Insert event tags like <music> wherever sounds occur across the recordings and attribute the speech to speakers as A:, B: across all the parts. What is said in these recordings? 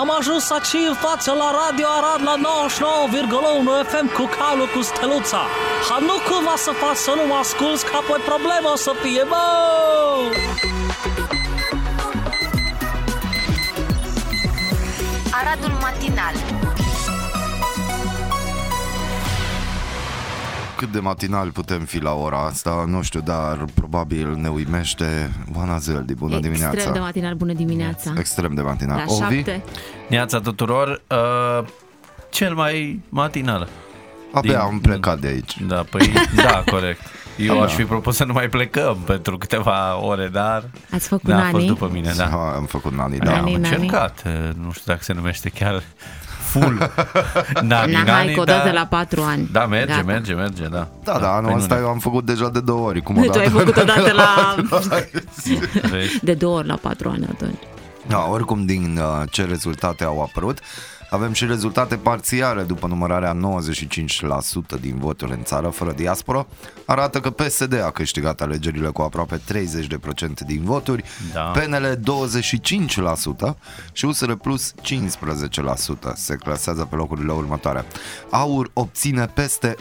A: Am ajuns aici față la Radio Arad la 99,1 FM cu calul cu steluța. Ha, nu cumva să fac să nu mă asculți, că apoi problema o să fie, bă!
B: Aradul matinal.
C: Cât de matinal putem fi la ora asta, nu știu, dar probabil ne uimește Oana Zeldi. Bună
D: Extrem de
C: dimineața!
D: matinal, bună dimineața.
C: Extrem de matinal.
D: La
C: Ovi?
D: șapte.
E: Neața tuturor, uh, cel mai matinal.
C: Abia
E: Din-
C: am plecat de aici.
E: Da, păi, da,
D: <laughs>
E: corect. Eu
C: Da.
E: aș fi propus să nu mai plecăm pentru câteva ore, dar
D: Ați făcut
E: n-a fost
D: nani?
E: după mine, da.
C: Ha, am făcut nani, da.
E: Am
D: Nani, nani.
E: încercat, uh, nu știu dacă se numește chiar
D: <laughs>
E: full nani,
D: Na, hai,
E: nani,
D: că
E: dar-
D: odată la patru ani.
E: Da, merge,
D: Gata.
E: merge, merge, da.
C: Da, da, anul
E: Păi nu
C: ăsta
E: ne-
C: eu am făcut deja de două ori. Cum o
D: <laughs> Tu ai
C: <laughs> dată?
D: făcut odată la...
E: Vezi?
D: De două ori la patru ani atunci.
C: Da, oricum din uh, ce rezultate au apărut, avem și rezultate parțiale după numărarea 95% din voturile în țară fără diaspora. Arată că PSD a câștigat alegerile cu aproape 30% din voturi,
E: Da.
C: PNL 25% și USR Plus 15% se clasează pe locurile următoare. AUR obține peste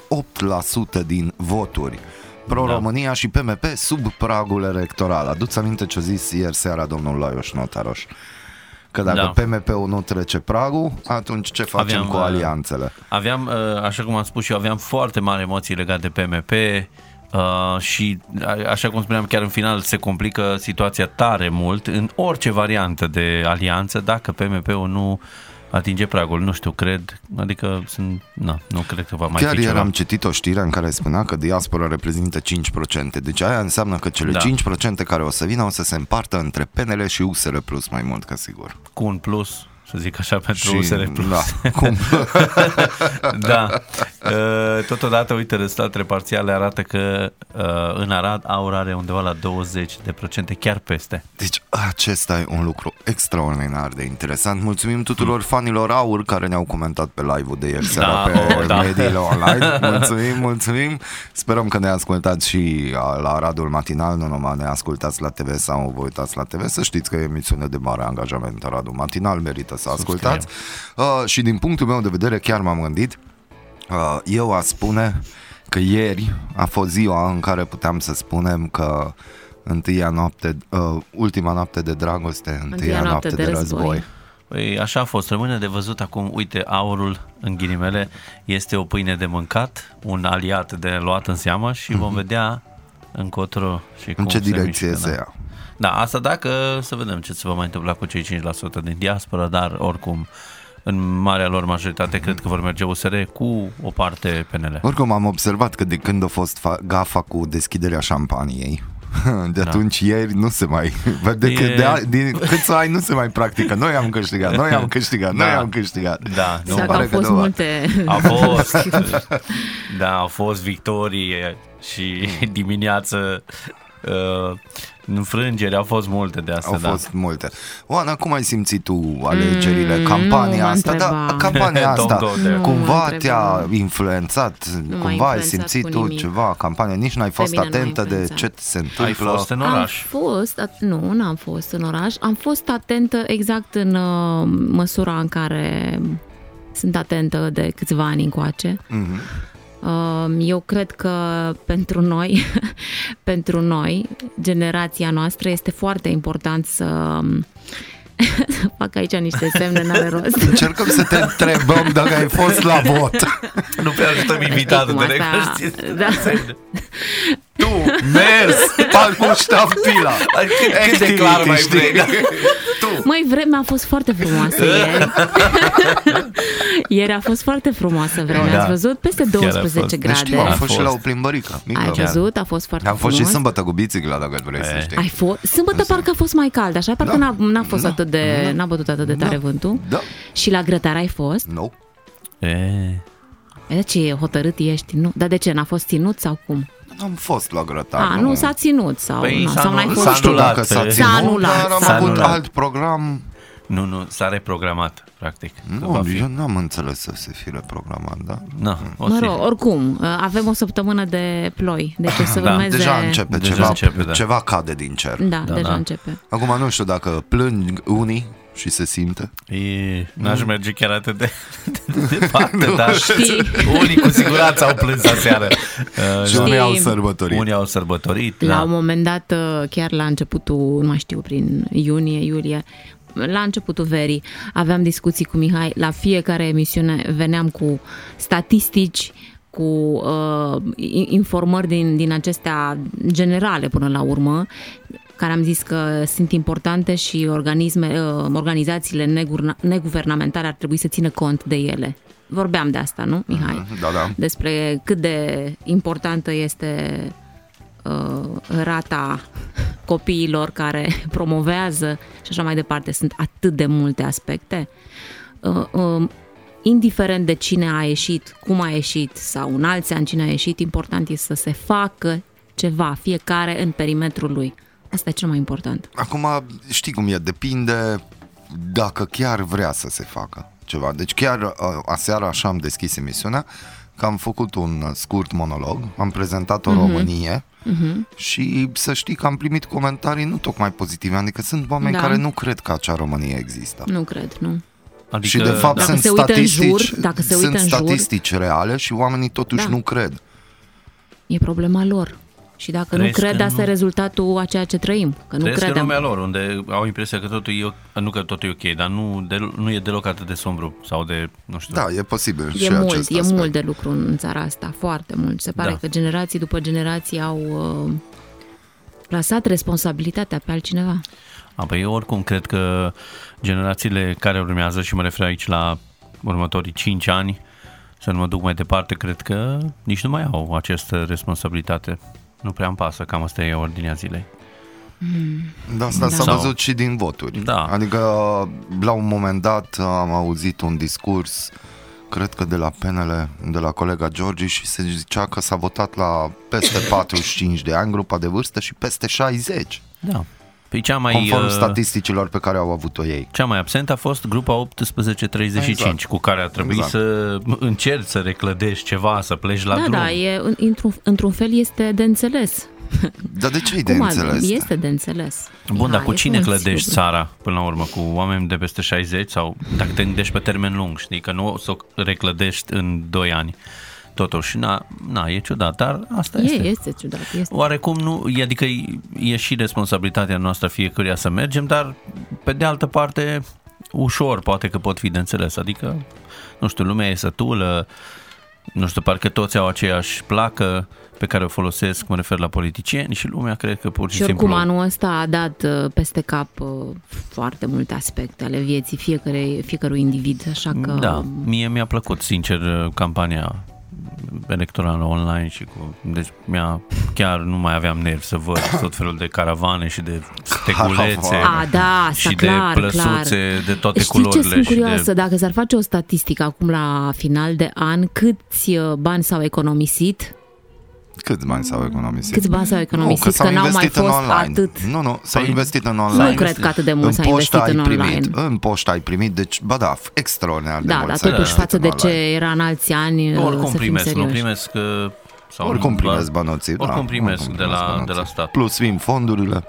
C: 8% din voturi. Pro-România
E: Da.
C: și PMP sub pragul electoral. Aduți aminte ce a zis ieri seara domnul Laios Notaroș. Că dacă da.
E: Da.
C: PMP-ul nu trece pragul, atunci ce facem
E: Aveam,
C: cu
E: uh,
C: alianțele?
E: Aveam, uh, așa cum am spus și eu, aveam foarte mari emoții legate de PMP uh, și, a- așa cum spuneam, chiar în final se complică situația tare mult în orice variantă de alianță dacă PMP-ul nu atinge pragul. Nu știu, cred, adică sunt, na, nu cred că va mai
C: Chiar
E: fi
C: ieri
E: ceva.
C: am citit o știre în care spunea că diaspora reprezintă 5%. Deci aia înseamnă că cele
E: Da.
C: da. 5% care o să vină o să se împartă între PNL și USR Plus mai mult ca sigur.
E: Cu un plus, să zic așa, pentru și, USR Plus. <laughs>
C: Da, cum?
E: da. Uh, Totodată, uite, rezultatele parțiale arată că uh, în Arad aur are undeva la 20%, chiar peste.
C: Deci acesta e un lucru extraordinar de interesant. Mulțumim tuturor fanilor aur care ne-au comentat pe live-ul de ieri seara
E: Hmm. Da,
C: pe
E: oh, da.
C: mediile online. Mulțumim, mulțumim. Sperăm că ne ascultați și a, la Radul Matinal, nu numai ne ascultați la TV sau vă uitați la TV. Să știți că e emisiune de mare angajament a Radul Matinal, merită să ascultați. Uh, și din punctul meu de vedere chiar m-am gândit Uh, Eu a spune că ieri a fost ziua în care puteam să spunem că întâia noapte, uh, ultima noapte de dragoste, întâia, noapte, de, război. război.
E: Păi așa a fost, rămâne de văzut acum, uite, aurul, în ghilimele, este o pâine de mâncat, un aliat de luat în seamă și vom vedea încotro și cum
C: Mhm. În ce
E: se
C: direcție
E: mișcă,
C: se
E: da.
C: ia?
E: Da, asta dacă să vedem ce se va mai întâmpla cu cei 5% din diaspora, dar oricum în marea lor majoritate cred că vor merge USR cu o parte PNL.
C: Oricum am observat că de când a fost fa- gafa cu deschiderea șampaniei, <laughs> de atunci da. ieri nu se mai de,
E: E-
C: e... de, a- din cât să ai nu se mai practică Noi am câștigat, noi
E: <laughs>
C: am câștigat, da. noi
E: Da.
C: am câștigat
E: Da, nu
C: Se
D: Dacă
E: pare
D: au
C: că
D: fost
C: da.
D: multe...
E: A fost, da, au fost victorie și <laughs> dimineață uh, înfrângeri, au fost multe de astea,
C: Au
E: da.
C: fost multe. Oana, cum ai simțit tu alegerile, mm,
D: nu
C: campania
D: m-a
C: asta? Da,
D: întrebat.
C: campania
E: <laughs> Tom
C: asta,
E: Doder. Nu
D: m-a
C: cumva
D: întrebat.
C: te-a influențat,
D: m-a
C: cumva ai
D: influențat
C: simțit
D: cu
C: tu
D: nimic.
C: ceva, campania, nici n-ai fost
D: mine nu m-a
C: atentă de ce
D: influențat.
C: se
E: Ai
C: întâmplă.
E: fost în oraș.
D: Am fost, at- nu, n-am fost în oraș. Am fost atentă exact în uh, măsura în care sunt atentă de câțiva ani încoace.
C: Mhm.
D: Um, Eu cred că pentru noi, <laughs> pentru noi, generația noastră, este foarte important să... să <laughs> fac aici niște semne, n-are rost.
E: <laughs>
C: Încercăm să te întrebăm dacă ai fost la vot.
E: Nu prea ajutăm invitatul,
D: Știi cum
E: de
D: asta- da.
C: Tu, mers, palmul ștampila.
E: Cât de clar mai
C: Activity,
E: vrei, da.
D: Măi, vremea a fost foarte frumoasă
E: <laughs>
D: ieri. ieri a fost foarte frumoasă vremea,
E: Da.
D: ați văzut? Peste
E: a fost.
D: 12
C: Deci
D: grade.
C: știu, am
E: A
C: fost și la o
E: fost.
C: plimbărică. mică.
D: Ai văzut? A fost foarte
C: Am fost și
D: frumos.
C: sâmbătă cu bicicla, dacă vrei să
E: E.
D: Ai
C: știi.
D: fost? Sâmbătă parcă a fost mai cald, așa? Parcă
C: Da.
D: n-a, n-a fost
C: Da.
D: atât de...
C: Da.
D: N-a bătut atât de tare
C: Da.
D: vântul.
C: Da,
D: Și la grătar ai fost?
C: nu. No.
E: E,
D: E, De ce hotărât ești? Nu. Dar de ce? N-a fost ținut sau cum?
C: Am fost la grătar.
D: A, nu, s-a ținut sau...
E: Păi
D: na,
E: s-a
D: sau
E: nu-
D: n-ai
E: s-a
D: fost
C: Nu
D: tu.
C: știu
E: anulat,
C: dacă
E: eh,
C: s-a
E: s-a
C: ținut,
D: anulat,
C: dar am
D: s-a
C: avut
E: anulat.
C: alt program.
E: nu, nu, s-a reprogramat, practic. că va
C: Nu,
E: fi.
C: eu n-am înțeles să se fi reprogramat, da?
E: Na, o
D: Mă
E: să-
D: rog, oricum, avem o săptămână de ploi, deci o să
E: Da.
D: urmeze...
C: Deja începe,
E: Deja
C: ceva,
E: începe, da.
C: ceva cade din cer.
D: Da, da deja
E: da.
D: începe.
C: Acum nu știu dacă plâng unii și se simte?
E: E, n-aș
C: Mm.
E: merge chiar atât de, <laughs> de,
C: <laughs>
E: de departe, dar unii cu siguranță au plâns aseară. Uh,
C: Și
E: da.
C: unii au sărbătorit.
E: unii au sărbătorit.
D: La un
E: Da.
D: moment dat, uh, chiar la începutul, nu mai știu, prin iunie, iulie, la începutul verii aveam discuții cu Mihai, la fiecare emisiune veneam cu statistici, cu uh, i- informări din, din acestea generale până la urmă, care am zis că sunt importante și organisme, uh, organizațiile negurna- neguvernamentale ar trebui să țină cont de ele. Vorbeam de asta, nu, Mihai?
C: Mhm, da, da.
D: despre cât de importantă este uh, rata copiilor care <laughs> promovează și așa mai departe. Sunt atât de multe aspecte. Uh, uh, indiferent de cine a ieșit, cum a ieșit sau în alți ani cine a ieșit, important este să se facă ceva, fiecare în perimetrul lui. Asta e cel mai important.
C: Acum, știi cum e, depinde dacă chiar vrea să se facă ceva. Deci chiar uh, aseară așa am deschis emisiunea, că am făcut un uh, scurt monolog, am prezentat o uh-huh. Românie uh-huh. și să știi că am primit comentarii nu tocmai pozitive, adică sunt oameni
D: Da.
C: da. care nu cred că acea Românie există.
D: Nu cred, nu.
E: Adică,
C: și de fapt
E: da.
C: sunt
D: se uită în
C: statistici,
D: jur, dacă se
C: sunt
D: uită în jur-
C: statistici reale și oamenii totuși
D: Da.
C: da. nu cred.
D: E problema lor. Și dacă
E: Crezi
D: nu
E: că
D: cred, asta
E: nu-
D: e rezultatul a ceea ce trăim. Că nu
E: Trăiesc în
D: credem.
E: lumea lor, unde au impresia că totul e, o- nu că totul e ok, dar nu, de, nu e deloc atât de sombru sau de, nu știu.
C: Da, e posibil
D: E
C: și
D: mult,
C: acest
D: e
C: aspect.
D: mult de lucru în țara asta, foarte mult. Se pare
E: Da.
D: da. că generații după generații au uh, lăsat responsabilitatea pe altcineva.
E: A, păi eu oricum cred că generațiile care urmează și mă refer aici la următorii 5 ani, să nu mă duc mai departe, cred că nici nu mai au această responsabilitate. Nu prea îmi pasă, cam asta e ordinea zilei.
C: Da, asta
D: Da.
C: s-a
E: Sau-
C: văzut și din voturi.
E: Da.
C: Adică, la un moment dat, am auzit un discurs, cred că de la PNL, de la colega Georgi, și se zicea că s-a votat la <laughs> peste 45 de ani grupa de vârstă și peste 60,
E: Da. Păi cea mai,
C: conform
E: uh,
C: statisticilor pe care au avut-o ei.
E: cea mai absentă a fost grupa 18-35, exact.
C: Exact.
E: cu care a trebuit exact.
C: Exact.
E: să încerci să reclădești ceva, să pleci la
D: da,
E: drum.
D: da, e, în- într-un, într-un fel este de înțeles.
C: Dar de ce e de
D: Cum altfel?
C: înțeles?
D: Este de înțeles.
E: da. Bun, dar
D: Da,
E: cu
D: e
E: cine
D: frumos,
E: clădești
D: sigur.
E: țara până la urmă? Cu oameni de peste 60 sau dacă te gândești pe termen lung, știi, că nu o să o reclădești în 2 ani. Totuși, na, na, e ciudat, dar asta
D: E,
E: este.
D: este ciudat. Este.
E: Oarecum nu, e- adică e- e și responsabilitatea noastră fiecăruia să mergem, dar pe de altă parte ușor poate că pot fi de înțeles, adică nu știu, lumea e sătulă, nu știu, parcă toți au aceeași placă pe care o folosesc, mă refer la politicieni și lumea cred că pur și,
D: Și
E: simplu...
D: oricum anul ăsta a dat uh, peste cap uh, foarte multe aspecte ale vieții fiecare, fiecărui individ, așa că
E: Da, mie mi-a plăcut, sincer, campania electorală online și cu... Deci mi-a, chiar nu mai aveam nervi să văd tot felul de caravane și de steculețe
D: A, da, asta
E: și
D: clar,
E: de plăsuțe
D: clar.
E: de toate
D: Știi
E: culorile.
D: ce sunt
E: și
D: curioasă?
E: de...
D: Dacă s-ar face o statistică acum la final de an, câți uh, bani s-au economisit?
C: Câți bani s-au economisit?
D: Câți bani s-au economisit?
C: Nu, că, s-au
D: că n-au mai
C: investit
D: fost
C: în online.
D: atât.
C: Nu, nu, s-au
E: Păi,
C: investit în
D: Nu
C: online.
D: cred că atât de mult
C: în
D: s-a
C: poștă
D: investit
C: ai
D: în online.
C: primit, în poștă ai primit, deci, bă da, extraordinar de
D: Da,
C: mult
D: dar
C: s-a
D: totuși
C: investit
D: față
C: în
D: de ce
C: online.
D: era în alți ani, uh,
E: Oricum
D: să fim
E: primesc, nu
D: serioși.
E: primesc... uh, Sau
C: Oricum
E: nu, da.
C: primesc da, bănuții.
E: Oricum primesc de la- de la stat.
C: Plus vin fondurile.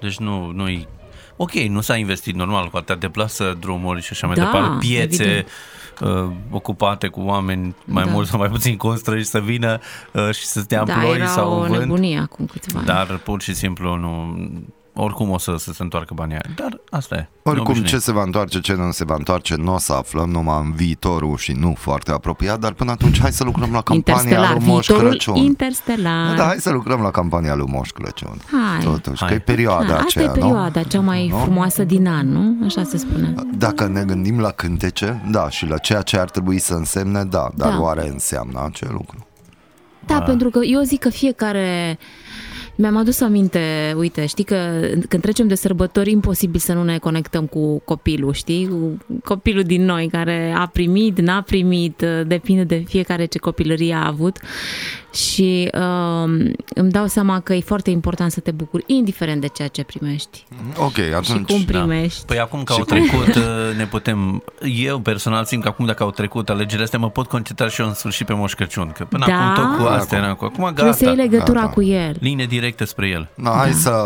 E: Deci nu, nu-i... Ok, nu s-a investit normal cu atâtea de plasă, drumuri și așa mai
D: Da,
E: departe, piețe
D: evident.
E: uh, ocupate cu oameni mai
D: Da.
E: mult sau mai puțin constrânși să vină uh, și să stea în
D: Da,
E: ploi
D: era
E: sau
D: o
E: în vânt. Da,
D: nebunie acum câțiva ani.
E: Dar pur și simplu nu... Oricum o să, să se întoarcă banii aia. Dar asta e.
C: Oricum,
E: Obișnuit.
C: ce se va întoarce, ce nu se va întoarce, nu o să aflăm numai în viitorul și nu foarte apropiat, dar până atunci hai să lucrăm la campania
D: Interstelar,
C: lui Moș
D: viitorul
C: Crăciun.
D: interstelar.
C: Da, hai să lucrăm la campania lui Moș Crăciun.
D: Hai.
C: Totuși,
E: Hai.
C: că e perioada
D: Da, asta
C: aceea,
D: e perioada
C: nu?
D: cea mai
C: Nu?
D: frumoasă din an, nu? Așa se spune.
C: Dacă ne gândim la cântece, da, și la ceea ce ar trebui să însemne, da, dar
D: Da.
C: oare înseamnă acel lucru?
D: Da, pentru că eu zic că fiecare... Mi-am adus aminte, uite, știi că când trecem de sărbători, imposibil să nu ne conectăm cu copilul, știi? Cu copilul din noi care a primit, n-a primit, depinde de fiecare ce copilărie a avut. și uh, îmi dau seama că e foarte important să te bucuri, indiferent de ceea ce primești.
C: Mm-hmm. Ok, atunci...
D: cum primești.
E: Păi acum că au trecut, uh, ne putem... Eu personal simt că acum dacă au trecut alegerile astea, mă pot concentra și eu în sfârșit pe Moș Crăciun. Că până
D: Da?
E: acum tot cu astea, acum, acum
D: Trebuie să
E: gata.
D: iei legătura
C: Gata.
D: cu el.
E: Linie directă spre el.
C: No, hai
D: Da.
C: să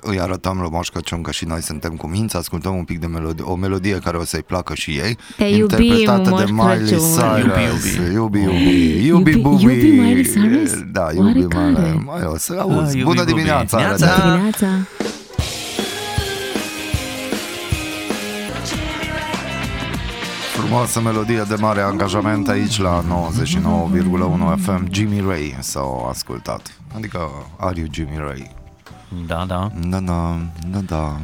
C: îi arătăm lui Moș Crăciun că și noi suntem cu minți, ascultăm un pic de melodie, o melodie care o să-i placă și ei,
D: Te
C: interpretată
D: iubim,
C: de
D: Moș
C: Miley
D: Crăciun.
C: Cyrus. Iubi, iubi. Iubi, iubi,
D: Iubi-
C: bubi.
D: iubi Miley Cyrus?
C: Da,
D: Oare
C: iubi
D: care?
C: Miley. Mai o să
E: Ah,
C: auzi.
E: iubi,
C: Bună
E: bubi.
C: dimineața!
E: Neața!
C: Rădău.
D: Dimineața.
C: Frumoasă melodie de mare angajament aici la 99,1 FM Jimmy Ray s-au ascultat Adică Are You Jimmy Ray
E: Da, da.
C: Da, da, da, da,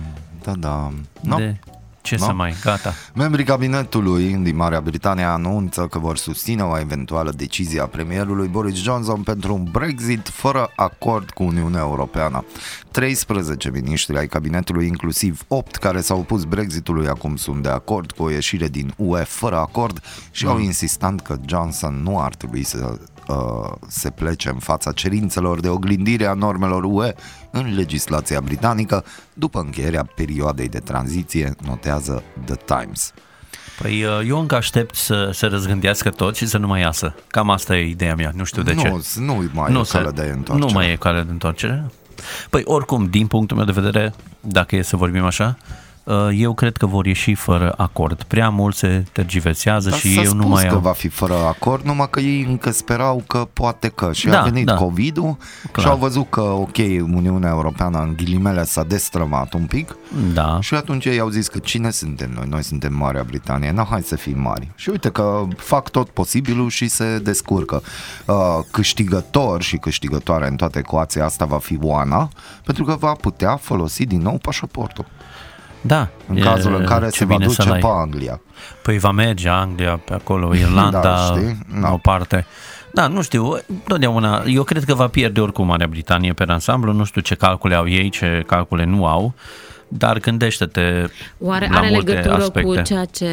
C: da, da no?
E: De... Ce
C: No.
E: să mai, gata.
C: Membrii cabinetului din Marea Britanie anunță că vor susține o eventuală decizie a premierului Boris Johnson pentru un Brexit fără acord cu Uniunea Europeană. 13 miniștri ai cabinetului, inclusiv 8 care s-au opus Brexitului, acum sunt de acord cu o ieșire din UE fără acord și au insistat că Johnson nu ar trebui să uh, se plece în fața cerințelor de oglindire a normelor UE în legislația britanică după încheierea perioadei de tranziție, notează The Times.
E: Păi uh, eu încă aștept să se răzgândească tot și să nu mai iasă. Cam asta e ideea mea, nu știu de ce.
C: nu, nu mai nu e
E: se-
C: cale de întoarcere.
E: nu mai e cale de întoarcere. Păi oricum, din punctul meu de vedere, dacă e să vorbim așa, uh, eu cred că vor ieși fără acord. Prea mult se tergiversează
C: Dar
E: și
C: s-a
E: eu nu
C: spus
E: mai
C: că
E: am.
C: va fi fără acord, numai că ei încă sperau că poate că. Și
E: Da,
C: a venit
E: da.
C: COVID-ul
E: Clar.
C: și au văzut că, ok, Uniunea Europeană în ghilimele s-a destrămat un pic
E: Da.
C: și atunci ei au zis că cine suntem noi? Noi suntem Marea Britanie, na, hai să fim mari. Și uite că fac tot posibilul și se descurcă. Uh, câștigător și câștigătoare în toată ecuația asta va fi Oana, pentru că va putea folosi din nou pașaportul.
E: Da.
C: În
E: E,
C: cazul în care
E: ce
C: se va
E: bine să-l
C: duce
E: ai.
C: pe Anglia.
E: Păi va merge Anglia pe acolo,
C: <laughs>
E: Irlanda,
C: Da,
E: da,
C: știi? Da.
E: o parte. Da, nu știu, totdeauna, eu cred că va pierde oricum Marea Britanie pe ansamblu, nu știu ce calcule au ei, ce calcule nu au, dar gândește-te
D: Oare
E: la
D: are
E: multe
D: legătură
E: aspecte.
D: cu ceea ce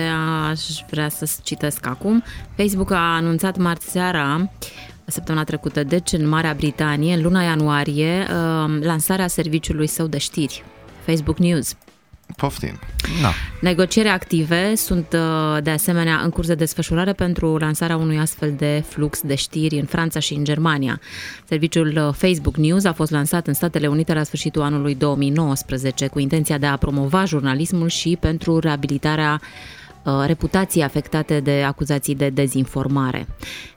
D: aș vrea să citesc acum? Facebook a anunțat marți seara, săptămâna trecută, deci în Marea Britanie, în luna ianuarie, um, lansarea serviciului său de știri, Facebook News.
C: Poftim.
E: Da.
D: Negocieri active sunt uh, de asemenea în curs de desfășurare pentru lansarea unui astfel de flux de știri în Franța și în Germania. Serviciul uh, Facebook News a fost lansat în Statele Unite la sfârșitul anului 2019 cu intenția de a promova jurnalismul și pentru reabilitarea uh, reputației afectate de acuzații de dezinformare.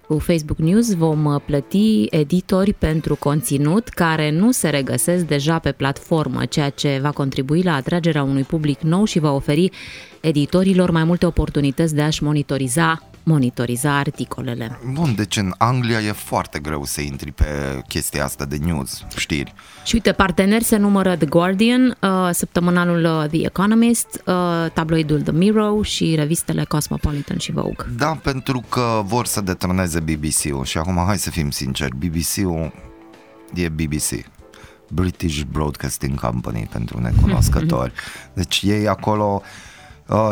D: Cu Facebook News vom uh, plăti editori pentru conținut care nu se regăsesc deja pe platformă, ceea ce va contribui la atragerea unui public nou și va oferi editorilor mai multe oportunități de a-și monitoriza monitoriza articolele.
C: Bun, deci în Anglia e foarte greu să intri pe chestia asta de news, știri.
D: Și uite, parteneri se numără The Guardian, uh, săptămânalul uh, The Economist, uh, tabloidul The Mirror și revistele Cosmopolitan și Vogue.
C: Da, pentru că vor să detroneze BBC-ul și acum hai să fim sinceri, BBC-ul e BBC. British Broadcasting Company pentru
D: <laughs>
C: necunoscători. Deci ei acolo uh,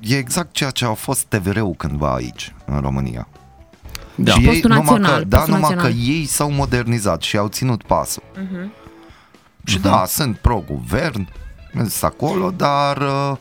C: e exact ceea ce au fost TVR-ul cândva aici, în România.
E: Da.
C: Și
D: Postul
C: numai
D: național,
C: că, da,
D: postul
C: numai
D: național. Mhm.
C: că ei s-au modernizat și au ținut pasul. Și da, sunt pro-guvern, sunt acolo, dar uh,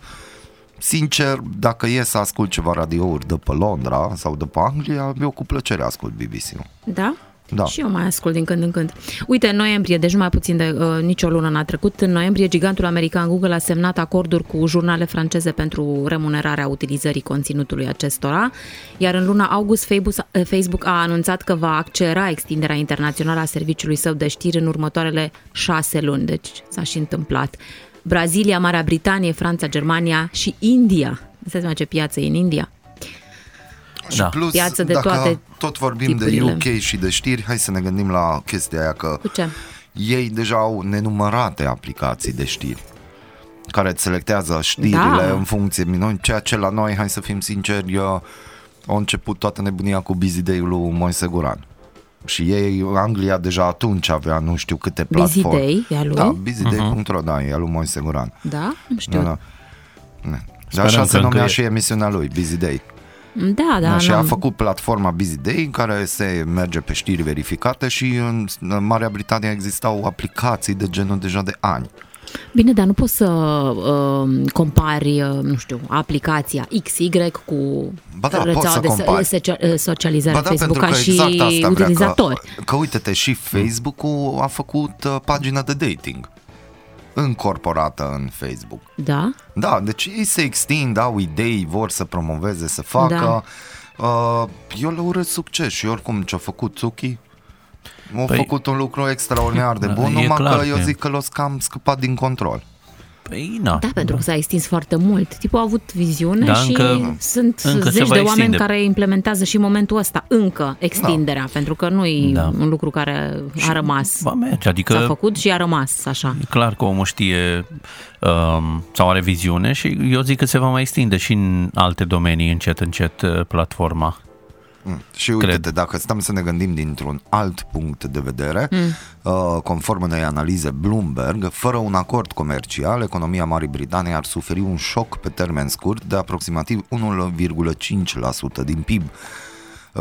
C: sincer, dacă e să ascult ceva radiouri de pe Londra sau de pe Anglia, eu cu plăcere ascult BBC-ul.
D: Da?
C: Da.
D: Și eu mai ascult din când în când. Uite, în noiembrie, deci nu mai puțin de uh, nicio lună n-a trecut, în noiembrie gigantul american Google a semnat acorduri cu jurnale franceze pentru remunerarea utilizării conținutului acestora, iar în luna august Facebook- eh, Facebook a anunțat că va accelera extinderea internațională a serviciului său de știri în următoarele șase luni, deci s-a și întâmplat. Brazilia, Marea Britanie, Franța, Germania și India. Să seama ce piață e în India.
C: Și
E: Da.
C: plus,
D: Piață de
C: dacă
D: toate
C: tot vorbim
D: tipurile.
C: de UK și de știri, hai să ne gândim la chestia aia că
D: Cu ce?
C: ei deja au nenumărate aplicații de știri care îți selectează știrile
D: Da.
C: în funcție noi, ceea ce la noi, hai să fim sinceri, eu, au început toată nebunia cu Busy Day-ul lui Moise Guran. Și ei, Anglia deja atunci avea nu știu câte
D: Busy
C: platforme.
D: Day, e a lui?
C: Da, busyday.ro, da, e a lui Moise Guran.
D: Da? Nu știu.
C: Da, da. Da, așa
E: că
C: se
E: încă
C: numea
E: e.
C: și emisiunea lui, Busy Day.
D: Da, da.
C: și
D: nu.
C: a făcut platforma Busy Day în care se merge pe știri verificate și în în Marea Britanie existau aplicații de genul deja de ani.
D: Bine, dar nu poți să uh, compari, uh, nu știu, aplicația XY cu
C: Ba da, poți să
D: rețeaua de
C: compari.
D: so- socia- socializare
C: Ba da,
D: Facebook
C: pentru că
D: ca și
C: exact asta vrea,
D: utilizatori.
C: Că, că uite-te, și Facebook-ul a făcut uh, pagina de dating încorporată în Facebook.
D: Da?
C: Da, deci ei se extind, au idei, vor să promoveze, să facă. Da. Uh, eu le urez succes și oricum ce-a făcut Zuki, a
E: Păi-
C: păi, făcut un lucru extraordinar de
E: Da, e
C: bun, numai
E: clar
C: că eu
E: că-
C: zic că l-o cam scăpat din control.
E: Păi, na.
D: Da, pentru că s-a extins foarte mult. Tipul a avut viziune
E: Da,
D: și
E: încă-
D: sunt
E: încă se
D: zeci
E: va
D: de oameni
E: extinde.
D: care implementează și în momentul ăsta încă extinderea, pentru că nu e
E: Da.
D: un lucru care a rămas.
E: Va merge, adică
D: S-a făcut și a rămas așa.
E: E clar că omul știe um, sau are viziune și eu zic că se va mai extinde și în alte domenii încet, încet uh, platforma.
C: Și uite-te, dacă stăm să ne gândim dintr-un alt punct de vedere, mm. uh, conform unei analize Bloomberg, fără un acord comercial, economia Marii Britanii ar suferi un șoc pe termen scurt de aproximativ 1,5% din PIB.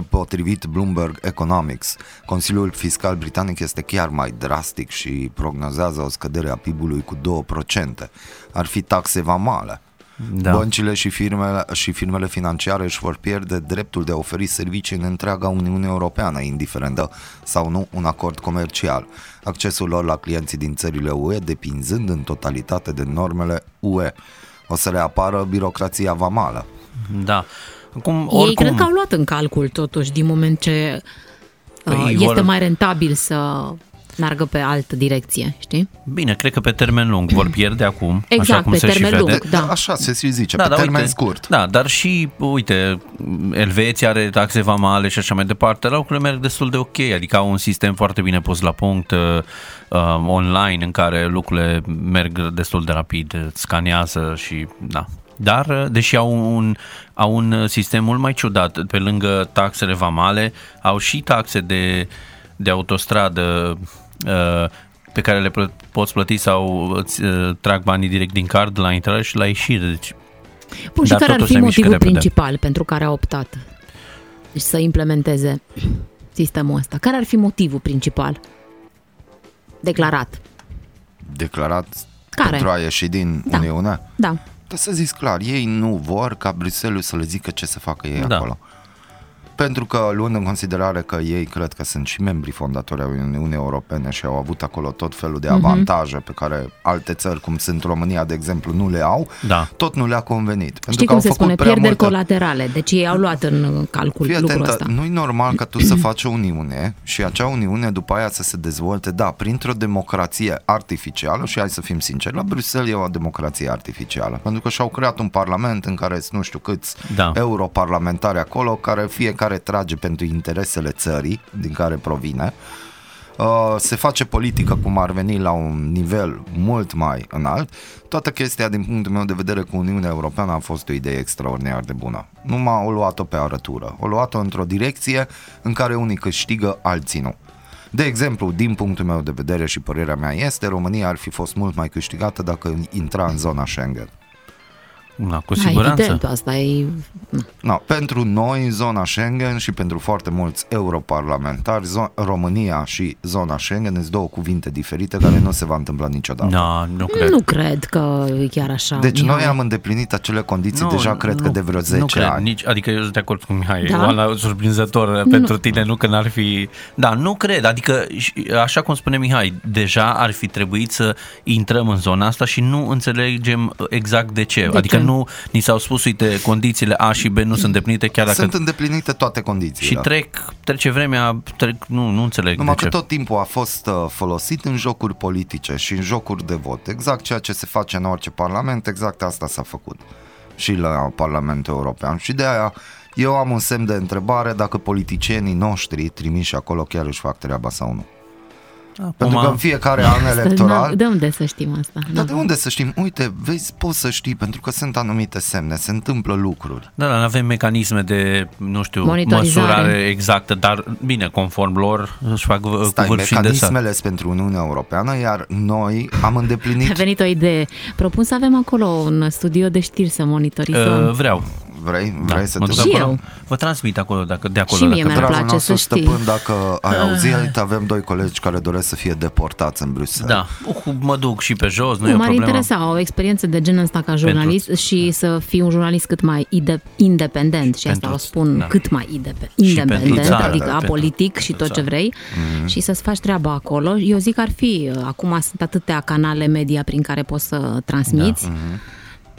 C: Potrivit Bloomberg Economics, Consiliul Fiscal Britanic este chiar mai drastic și prognozează o scădere a PIB-ului cu 2%. Ar fi taxe vamale.
E: Da.
C: Băncile și firmele, și firmele financiare își vor pierde dreptul de a oferi servicii în întreaga Uniune Europeană, indiferent de sau nu un acord comercial. Accesul lor la clienții din țările UE depinzând în totalitate de normele UE. O să reapară birocrația vamală.
E: Da. Acum,
D: Ei
E: oricum,
D: cred că au luat în calcul totuși din moment ce
E: Păi
D: uh,
E: ei
D: este
E: vor-
D: mai rentabil să meargă pe altă direcție, știi?
E: bine, cred că pe termen lung vor pierde acum, așa
D: Exact,
E: cum
D: pe
E: se
D: termen
E: și vede.
D: lung. Da.
C: Așa se și zice, da, pe
E: dar
C: termen scurt.
E: Da, dar și, uite, Elveția are taxe vamale și așa mai departe, la lucrurile merg destul de ok, adică au un sistem foarte bine pus la punct uh, uh, online în care lucrurile merg destul de rapid, uh, scanează și, da. Dar, uh, deși au un, au un uh, sistem mult mai ciudat, pe lângă taxele vamale, au și taxe de, de autostradă uh, pe care le plă- poți plăti sau îți uh, trag banii direct din card la intrare și la ieșire. Deci
D: Bun, și
E: Dar
D: care ar
E: totuși
D: fi
E: se mișcă
D: motivul
E: repede.
D: principal pentru care a optat și să implementeze sistemul ăsta? Care ar fi motivul principal declarat?
C: Declarat
D: Care?
C: pentru a ieși din
D: Da.
C: Uniune.
D: Da.
C: Dar să zici clar, ei nu vor ca Bruxelles să le zică ce să facă ei
E: Da.
C: da. acolo. Pentru că luând în considerare că ei cred că sunt și membri fondatori ai Uniunii Europene și au avut acolo tot felul
D: Mhm.
C: de avantaje pe care alte țări, cum sunt România, de exemplu, nu le au,
E: Da.
C: tot nu le-a convenit.
D: Știi cum se spune? Pierderi
C: multe-
D: colaterale. Deci ei au luat în calcul
C: Fii
D: lucrul
C: atentă,
D: ăsta.
C: nu-i normal ca tu să <clears throat> faci o uniune și acea uniune după aia să se dezvolte, da, printr-o democrație artificială și hai să fim sinceri, la Bruxelles e o democrație artificială, pentru că și-au creat un parlament în care sunt nu știu câți
E: Da.
C: europarlamentari acolo, care fiecare trage pentru interesele țării din care provine, Uh, se face politică cum ar veni la un nivel mult mai înalt. Toată chestia, din punctul meu de vedere, cu Uniunea Europeană a fost o idee extraordinar de bună. Numai o luat-o pe arătură. O luat-o într-o direcție în care unii câștigă, alții nu. De exemplu, din punctul meu de vedere și părerea mea este, România ar fi fost mult mai câștigată dacă intra în zona Schengen.
E: Da, cu
D: Da,
E: siguranță.
D: evident, asta e...
C: Na, pentru noi, zona Schengen și pentru foarte mulți europarlamentari, zo- România și zona Schengen sunt două cuvinte diferite care nu se va întâmpla niciodată.
E: Da, nu cred.
D: Nu cred că e chiar așa.
C: Deci
D: Mihai.
C: noi am îndeplinit acele condiții
E: Nu,
C: deja, cred că de vreo 10
E: nu cred,
C: ani.
E: Nici, adică eu sunt de acord cu Mihai,
D: Da?
E: da? oala surprinzător nu. pentru tine, nu că n-ar fi... Da, nu cred, adică și- așa cum spune Mihai, deja ar fi trebuit să intrăm în zona asta și nu înțelegem exact de ce.
D: De
E: adică
D: ce?
E: nu ni s-au spus, uite, condițiile A și B nu sunt îndeplinite chiar dacă...
C: Sunt îndeplinite toate condițiile.
E: și trec, trece vremea, trec, nu, nu înțeleg
C: Numai
E: de
C: că
E: ce.
C: tot timpul a fost uh, folosit în jocuri politice și în jocuri de vot. Exact ceea ce se face în orice parlament, exact asta s-a făcut și la Parlamentul European. Și de aia eu am un semn de întrebare dacă politicienii noștri trimiși acolo chiar își fac treaba sau nu.
E: Da,
C: Pentru că în fiecare an
D: Să-
C: electoral...
D: De unde să știm asta?
C: Dar de
D: Da.
C: unde să știm? Uite, vezi, poți să știi, pentru că sunt anumite semne, se întâmplă lucruri.
E: Da, dar nu avem mecanisme de, nu știu,
D: Monitorizare.
E: măsurare exactă, dar bine, conform lor, își fac uh,
C: Stai,
E: cu vârf și îndesat.
C: mecanismele sunt pentru Uniunea Europeană, iar noi am îndeplinit
D: A venit o idee. Propun să avem acolo un studio de știri să monitorizăm.
E: Uh, vreau.
C: Vrei? Vrei să
E: mă
C: te
E: duc
D: Și
C: duci?
E: acolo.
D: eu.
E: Vă transmit acolo, dacă, de acolo.
D: Și mie
E: dacă
D: mi-ar
E: vreți.
C: Dragul
D: place
C: nostru
D: să știi.
C: stăpân, dacă ai auzit, avem doi colegi care doresc să fie deportați în Bruxelles.
E: Da, uh, mă duc și pe jos, nu e o
D: M-ar
E: problemă. Da.
D: interesa o experiență de genul ăsta ca jurnalist și să fii un jurnalist cât mai ide- independent și, asta o
E: pentru-
D: spun
E: da.
D: cât mai inde-
E: Și pentru
D: independent,
E: țară,
D: adică
E: pentru- Mhm.
D: apolitic și
E: pentru
D: tot ce vrei și să-ți faci treaba acolo. Eu zic că ar fi, uh, acum sunt atâtea canale media prin care poți să transmiți, dar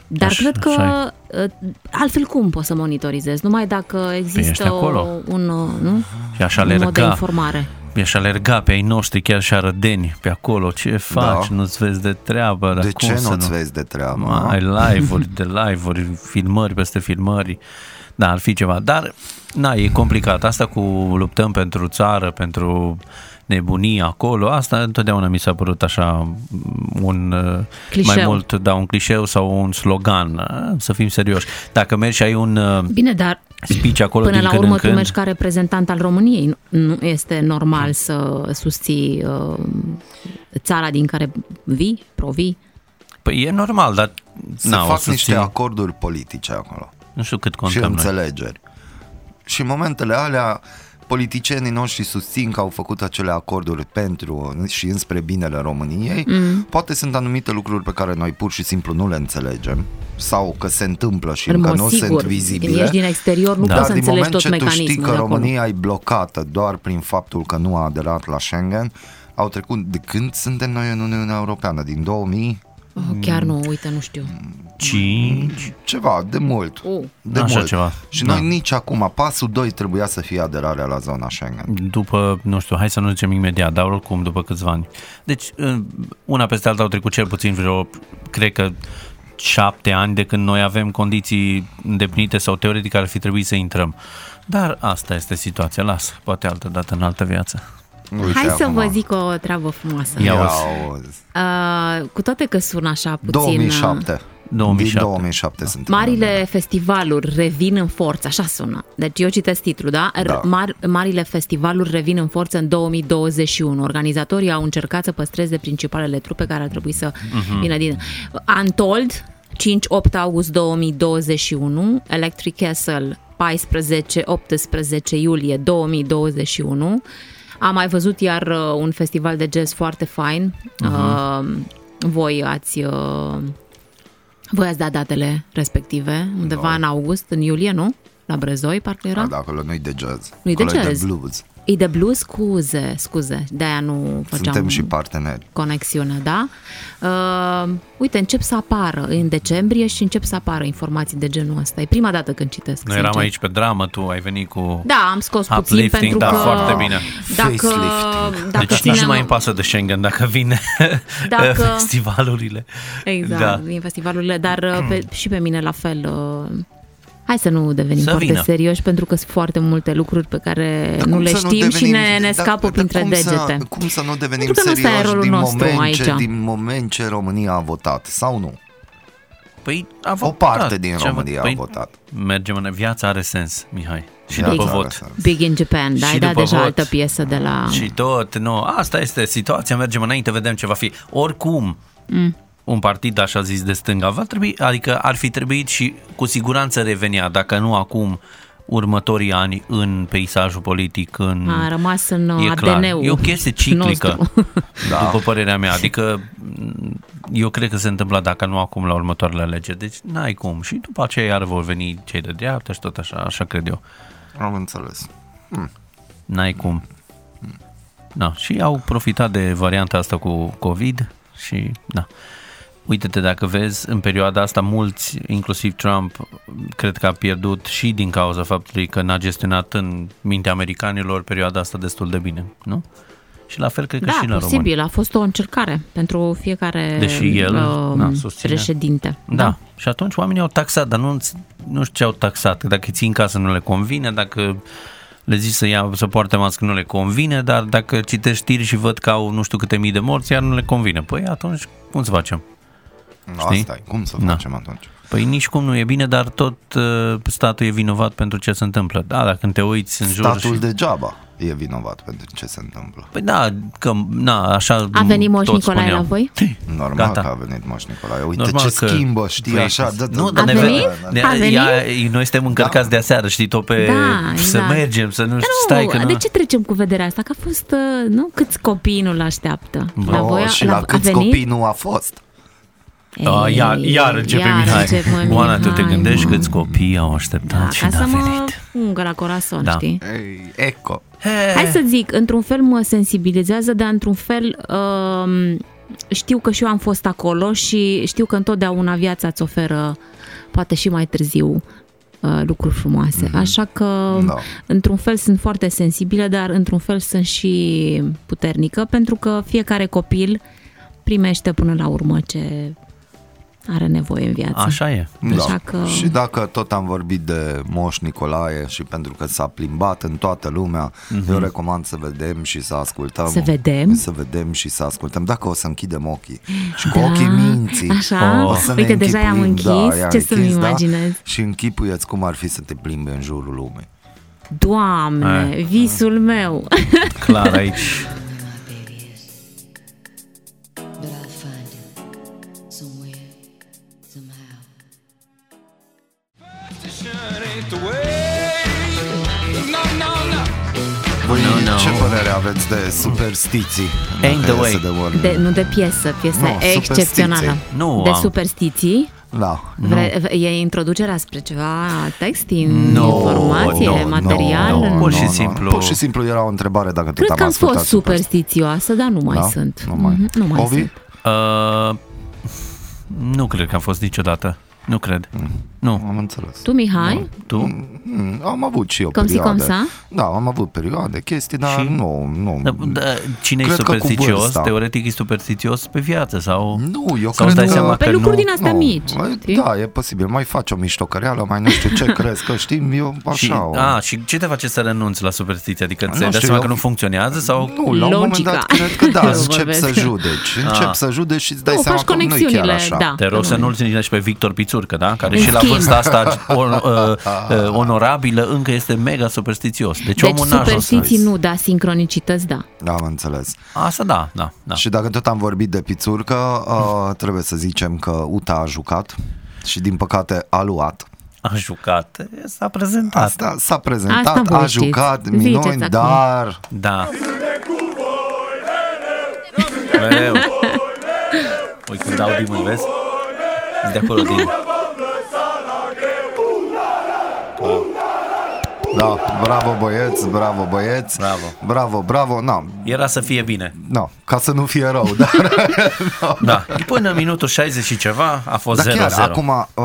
E: Da, mhm. Așa-
D: cred că
E: așa
D: uh, altfel cum poți să monitorizezi? Numai dacă
E: Păi ești
D: există
E: acolo.
D: o, un, uh, nu?
E: Și aș
D: un mod de
E: alerga,
D: informare.
E: aș alerga pe ai noștri, chiar și arădeni pe acolo. Ce faci? Nu-ți vezi de treabă? Dar
C: Da. De
E: cum
C: ce
E: să
C: nu-ți
E: nu?
C: vezi de treabă?
E: Ma,
C: a?
E: ai live-uri de live-uri, filmări peste filmări, da, ar fi ceva. Dar, na, e complicat. Asta cu luptăm pentru țară, pentru nebunie acolo, asta întotdeauna mi s-a părut așa un uh,
D: Clișeu.
E: mai mult, da, un clișeu sau un slogan. Uh, Să fim serioși. Dacă mergi și ai un uh,
D: Bine, dar
E: speech acolo
D: Până
E: din
D: la
E: când
D: urmă,
E: în
D: tu
E: când,
D: mergi ca reprezentant al României. Nu- Nu este normal să susții uh, țara din care vii, provii.
E: Păi e normal, dar
C: Să
E: na, o
C: fac
E: susțin,
C: niște acorduri politice acolo.
E: nu știu cât
C: și
E: contăm noi.
C: înțelegeri. Și în momentele alea, politicienii noștri susțin că au făcut acele acorduri pentru și înspre binele României. Mm. Poate sunt anumite lucruri pe care noi pur și simplu nu le înțelegem sau că se întâmplă și încă nu
D: Frumos, sigur.
C: sunt vizibile.
D: Când ești din exterior, nu
E: Da.
C: Dar
D: poți să
C: din
D: înțelegi
C: moment
D: tot
C: ce tu
D: mecanismul.
C: știi că
D: de acolo.
C: România e blocată doar prin faptul că nu a aderat la Schengen, au trecut de când suntem noi în Uniunea Europeană? Din 2000?
D: Oh, chiar nu, uite, nu știu.
E: 5,
C: Ceva, de mult.
D: Uh.
C: De
E: Așa
C: mult.
E: ceva,
C: Și
E: da.
C: noi nici acum, pasul 2 trebuia să fie aderarea la zona Schengen.
E: după, nu știu, hai să nu zicem imediat, dar oricum după câțiva ani. Deci, în- una peste alta au trecut cel puțin vreo, cred că, șapte ani de când noi avem condiții îndeplinite sau teoretic ar fi trebuit să intrăm. Dar asta este situația, lasă, poate altă dată în altă viață.
C: Uite
D: Hai să
C: acum.
D: vă zic o treabă frumoasă.
E: Ia
C: Ia
E: auzi.
C: auzi.
D: Uh, cu toate că sună așa puțin... uh,
C: 2007.
E: 2007.
C: Din 2007 da. suntem.
D: Marile festivaluri revin în forță, așa sună. Deci eu citesc titlul, da? R-
C: Da.
D: Mar- marile festivaluri revin în forță în 2021. Organizatorii au încercat să păstreze principalele trupe care ar trebui să vină din... Antold, 5-8 august 2021, Electric Castle, 14-18 iulie 2021. Am mai văzut iar uh, un festival de jazz foarte fain. Uh, voi ați... Uh, voi ați dat datele respective, undeva
C: Da.
D: în august, în iulie, nu? La Brezoi, parcă era?
C: Da, acolo nu-i de jazz.
D: Nu-i de
C: Acolo e
D: jazz.
C: de blues.
D: E de blues, scuze, scuze, de-aia nu făceam
C: Suntem și parteneri.
D: conexiune, da? Uh, uite, încep să apară în decembrie și încep să apară informații de genul ăsta. E prima dată când citesc.
E: Noi eram
D: sincer.
E: aici pe dramă, tu ai venit cu...
D: Da, am scos puțin
E: Uplifting,
D: pentru
E: da,
D: că...
E: foarte bine.
D: Dacă,
C: Facelifting.
D: dacă
E: deci nici nu mai îmi pasă de Schengen dacă vine <laughs> eh,
D: Dacă-
E: festivalurile.
D: Exact,
E: Da.
D: da. din festivalurile, dar uh, pe, și pe mine la fel. uh, Hai să nu devenim
E: Să
D: să foarte
E: vină.
D: vină. serioși, pentru că sunt foarte multe lucruri pe care
C: Dar
D: nu
C: cum
D: le
C: să
D: știm și
C: devenim-
D: ne, ne
C: dar-
D: scapă
C: dar
D: printre
C: cum
D: degete.
C: Să, cum să nu devenim
D: Pentru că nu ăsta e
C: serioși
D: rolul
C: din
D: nostru
C: moment, ce,
D: aici.
C: din moment ce România a votat? Sau nu?
E: Păi a
C: O
E: votat.
C: parte din
E: Ce a
C: România a
E: păi,
C: votat.
E: Mergem în viața are sens, Mihai. Și
C: Viața
E: după
C: are
E: vot.
C: sens.
D: Big in Japan, da,
E: Și
D: ai dat
E: după
D: deja
E: vot.
D: altă piesă de la...
E: Și tot, nu, asta este situația, mergem înainte, vedem ce va fi. Oricum,
D: Mm.
E: un partid așa zis de stânga va trebui, adică ar fi trebuit și cu siguranță revenea, dacă nu acum, următorii ani în peisajul politic, în...
D: A rămas în
E: E clar,
D: ADN-ul
E: e o chestie ciclică,
D: nostru.
E: da. <laughs> după părerea mea, adică m, eu cred că se întâmplă dacă nu acum la următoarele alegeri, deci n-ai cum și după aceea iar vor veni cei de dreapta și tot așa, așa cred eu.
C: Am înțeles.
E: N-ai cum. Da, și au profitat de varianta asta cu COVID și da. Uite-te dacă vezi, în perioada asta mulți, inclusiv Trump, cred că a pierdut și din cauza faptului că n-a gestionat în mintea americanilor perioada asta destul de bine, nu? Și la fel cred că
D: Da,
E: și la
D: posibil, a fost o încercare pentru fiecare uh,
E: Deși el, da, susține.
D: președinte.
E: români. Da. da. Și atunci oamenii au taxat, dar nu, înț- nu știu ce au taxat. Dacă îi ții în casă nu le convine, dacă le zici să, ia, să poarte mască nu le convine, dar dacă citești știri și văd că au nu știu câte mii de morți, iar nu le convine. Păi atunci cum să facem? Știi?
C: Asta e. Cum să
E: Da.
C: facem atunci?
E: Păi nici cum nu e bine, dar tot uh, statul e vinovat pentru ce se întâmplă. Da, dacă te uiți în jur
C: Statul
E: și...
C: degeaba. e vinovat pentru ce se întâmplă.
E: Păi da, că, na, așa
D: A venit Moș
E: tot
D: Nicolae
E: spuneam.
D: la voi?
C: Normal
E: Gata.
C: că a venit Moș Nicolae. Uite
E: Normal
C: ce
E: că
C: schimbă, știi,
E: vrei
C: așa. da,
E: să-
C: dă- dă-
E: nu,
C: dă-
E: dar ne
D: A
E: venit?
D: venit?
E: Ne,
D: A venit?
E: Ea, noi suntem încărcați
C: Da.
E: de aseară, știi, tot pe
D: Da,
E: să
D: exact.
E: mergem, să nu,
D: Dar nu,
E: stai că
D: de
E: nu.
D: ce trecem cu vederea asta? Că a fost, uh, nu, câți copii nu-l așteaptă?
C: Oh, și la,
D: a
C: câți
D: venit?
C: copii nu a fost? Da,
E: Ah, iar, iar începe Mihai.
D: începe
E: Oana, tu te
D: Mihai,
E: gândești
D: mă.
E: câți copii au așteptat
D: Da,
E: și
D: ca
E: n-a
D: să mă
E: venit.
D: ungă la corazon,
E: Da.
D: știi?
C: Ei, eco.
D: Hai să zic, într-un fel mă sensibilizează, dar într-un fel um, știu că și eu am fost acolo și știu că întotdeauna viața îți oferă, poate și mai târziu, uh, lucruri frumoase. Așa că,
C: Mhm. Da.
D: într-un fel, sunt foarte sensibilă, dar într-un fel sunt și puternică, pentru că fiecare copil primește până la urmă ce are nevoie în viață.
E: Așa e.
D: Așa că-
C: Da. Și dacă tot am vorbit de Moș Nicolae și pentru că s-a plimbat în toată lumea, mm-hmm. eu recomand să vedem și să ascultăm.
D: Mhm. Să vedem?
C: Să vedem și să ascultăm. Dacă o să închidem ochii și cu
D: Da,
C: ochii minții.
D: așa.
C: O să ne
D: Uite, deja i-am
C: închipuim,
D: închis.
C: i-am da?
D: Ce să-mi imaginez?
C: Și închipuieți cum ar fi să te plimbi în jurul lumii.
D: Doamne,
E: Hai.
D: visul meu!
E: Clar
C: <laughs>
E: aici.
B: but I'll find him somewhere, somehow.
C: Voi
E: No, no.
C: ce părere aveți de superstiții?
E: Ain't
C: Dacă
E: the
C: e
E: way.
C: să vorbim?
D: De, nu de piesă, piesă
C: Nu,
D: excepțională.
C: superstiții.
E: Nu
D: de
E: am.
D: superstiții?
C: Da.
D: Vre, e introducerea spre ceva text, in,
E: Nu,
D: informație,
E: nu, nu,
D: material?
E: nu, nu. Pur și
C: Oh, No, no,
E: simplu.
C: Pur și simplu era o întrebare dacă tot
D: Cred
C: am
D: că am
C: ascultat Da,
D: fost superstițioasă, dar nu mai sunt.
C: Nu mai,
D: Mhm, nu mai
C: Ovi?
D: sunt.
E: Uh, nu cred că am fost niciodată. Nu cred. Nu.
C: Am înțeles.
D: Tu, Mihai?
E: Tu?
C: Mm, Am avut și eu
D: Cum si,
C: perioade.
D: cum sa?
C: Da, am avut perioade, chestii, dar
E: Și?
C: nu, nu.
E: Da, da, Cine e
C: Cred că cu
E: superstițios?
C: vârsta.
E: Teoretic e superstițios pe viață sau...
C: Nu, eu
E: Sau
C: cred
E: îți dai
C: că...
E: seama
D: Pe
E: că
D: lucruri
E: nu-
D: din astea
C: nu,
D: mici.
C: bă,
D: știi?
C: Da, e posibil. Mai faci o miștocăreală, mai nu știu
D: <laughs>
C: ce crezi, că știm, eu așa...
E: Și,
C: o-
E: a, și ce te face să renunți la superstiție? Adică
C: Nu
E: ți dai
C: știu,
E: seama
C: eu-
E: că nu funcționează sau...
C: Nu, la un moment
D: Logica.
C: dat cred că da,
D: <laughs> Eu
C: încep
D: vorbesc.
C: să judeci. Încep
E: Ah.
C: să judeci și îți dai
D: Nu,
C: seama
D: faci
C: că nu e chiar
D: conexiunile,
C: așa.
D: da.
E: Te rog să
D: Rămâne.
E: nu-l ținești pe Victor Pițurcă, da? Care și la
D: schimb.
E: vârsta asta o, uh, uh, onorabilă încă este mega superstițios. Deci,
D: Deci
E: omul n-a ajuns să-
D: superstiții nu, dar sincronicități da.
C: Da, am înțeles.
E: Asta da, da, da.
C: Și dacă tot am vorbit de pițurcă, uh, trebuie să zicem că Uta a jucat și din păcate a luat.
E: A jucat, s-a prezentat.
C: Asta s-a prezentat,
D: Asta voi
C: a
D: știți.
C: jucat,
D: Ziceți
C: minuni,
D: acum.
C: dar
E: Da. Mereu. Ui, când dau din vezi? De acolo din...
C: da, bravo băieți, bravo băieți,
E: Bravo.
C: bravo, bravo, na,
E: Era să fie bine.
C: na, ca să nu fie rău, dar,
E: Da. Până în minutul 60 și ceva a fost 0-0.
C: dar chiar acum uh,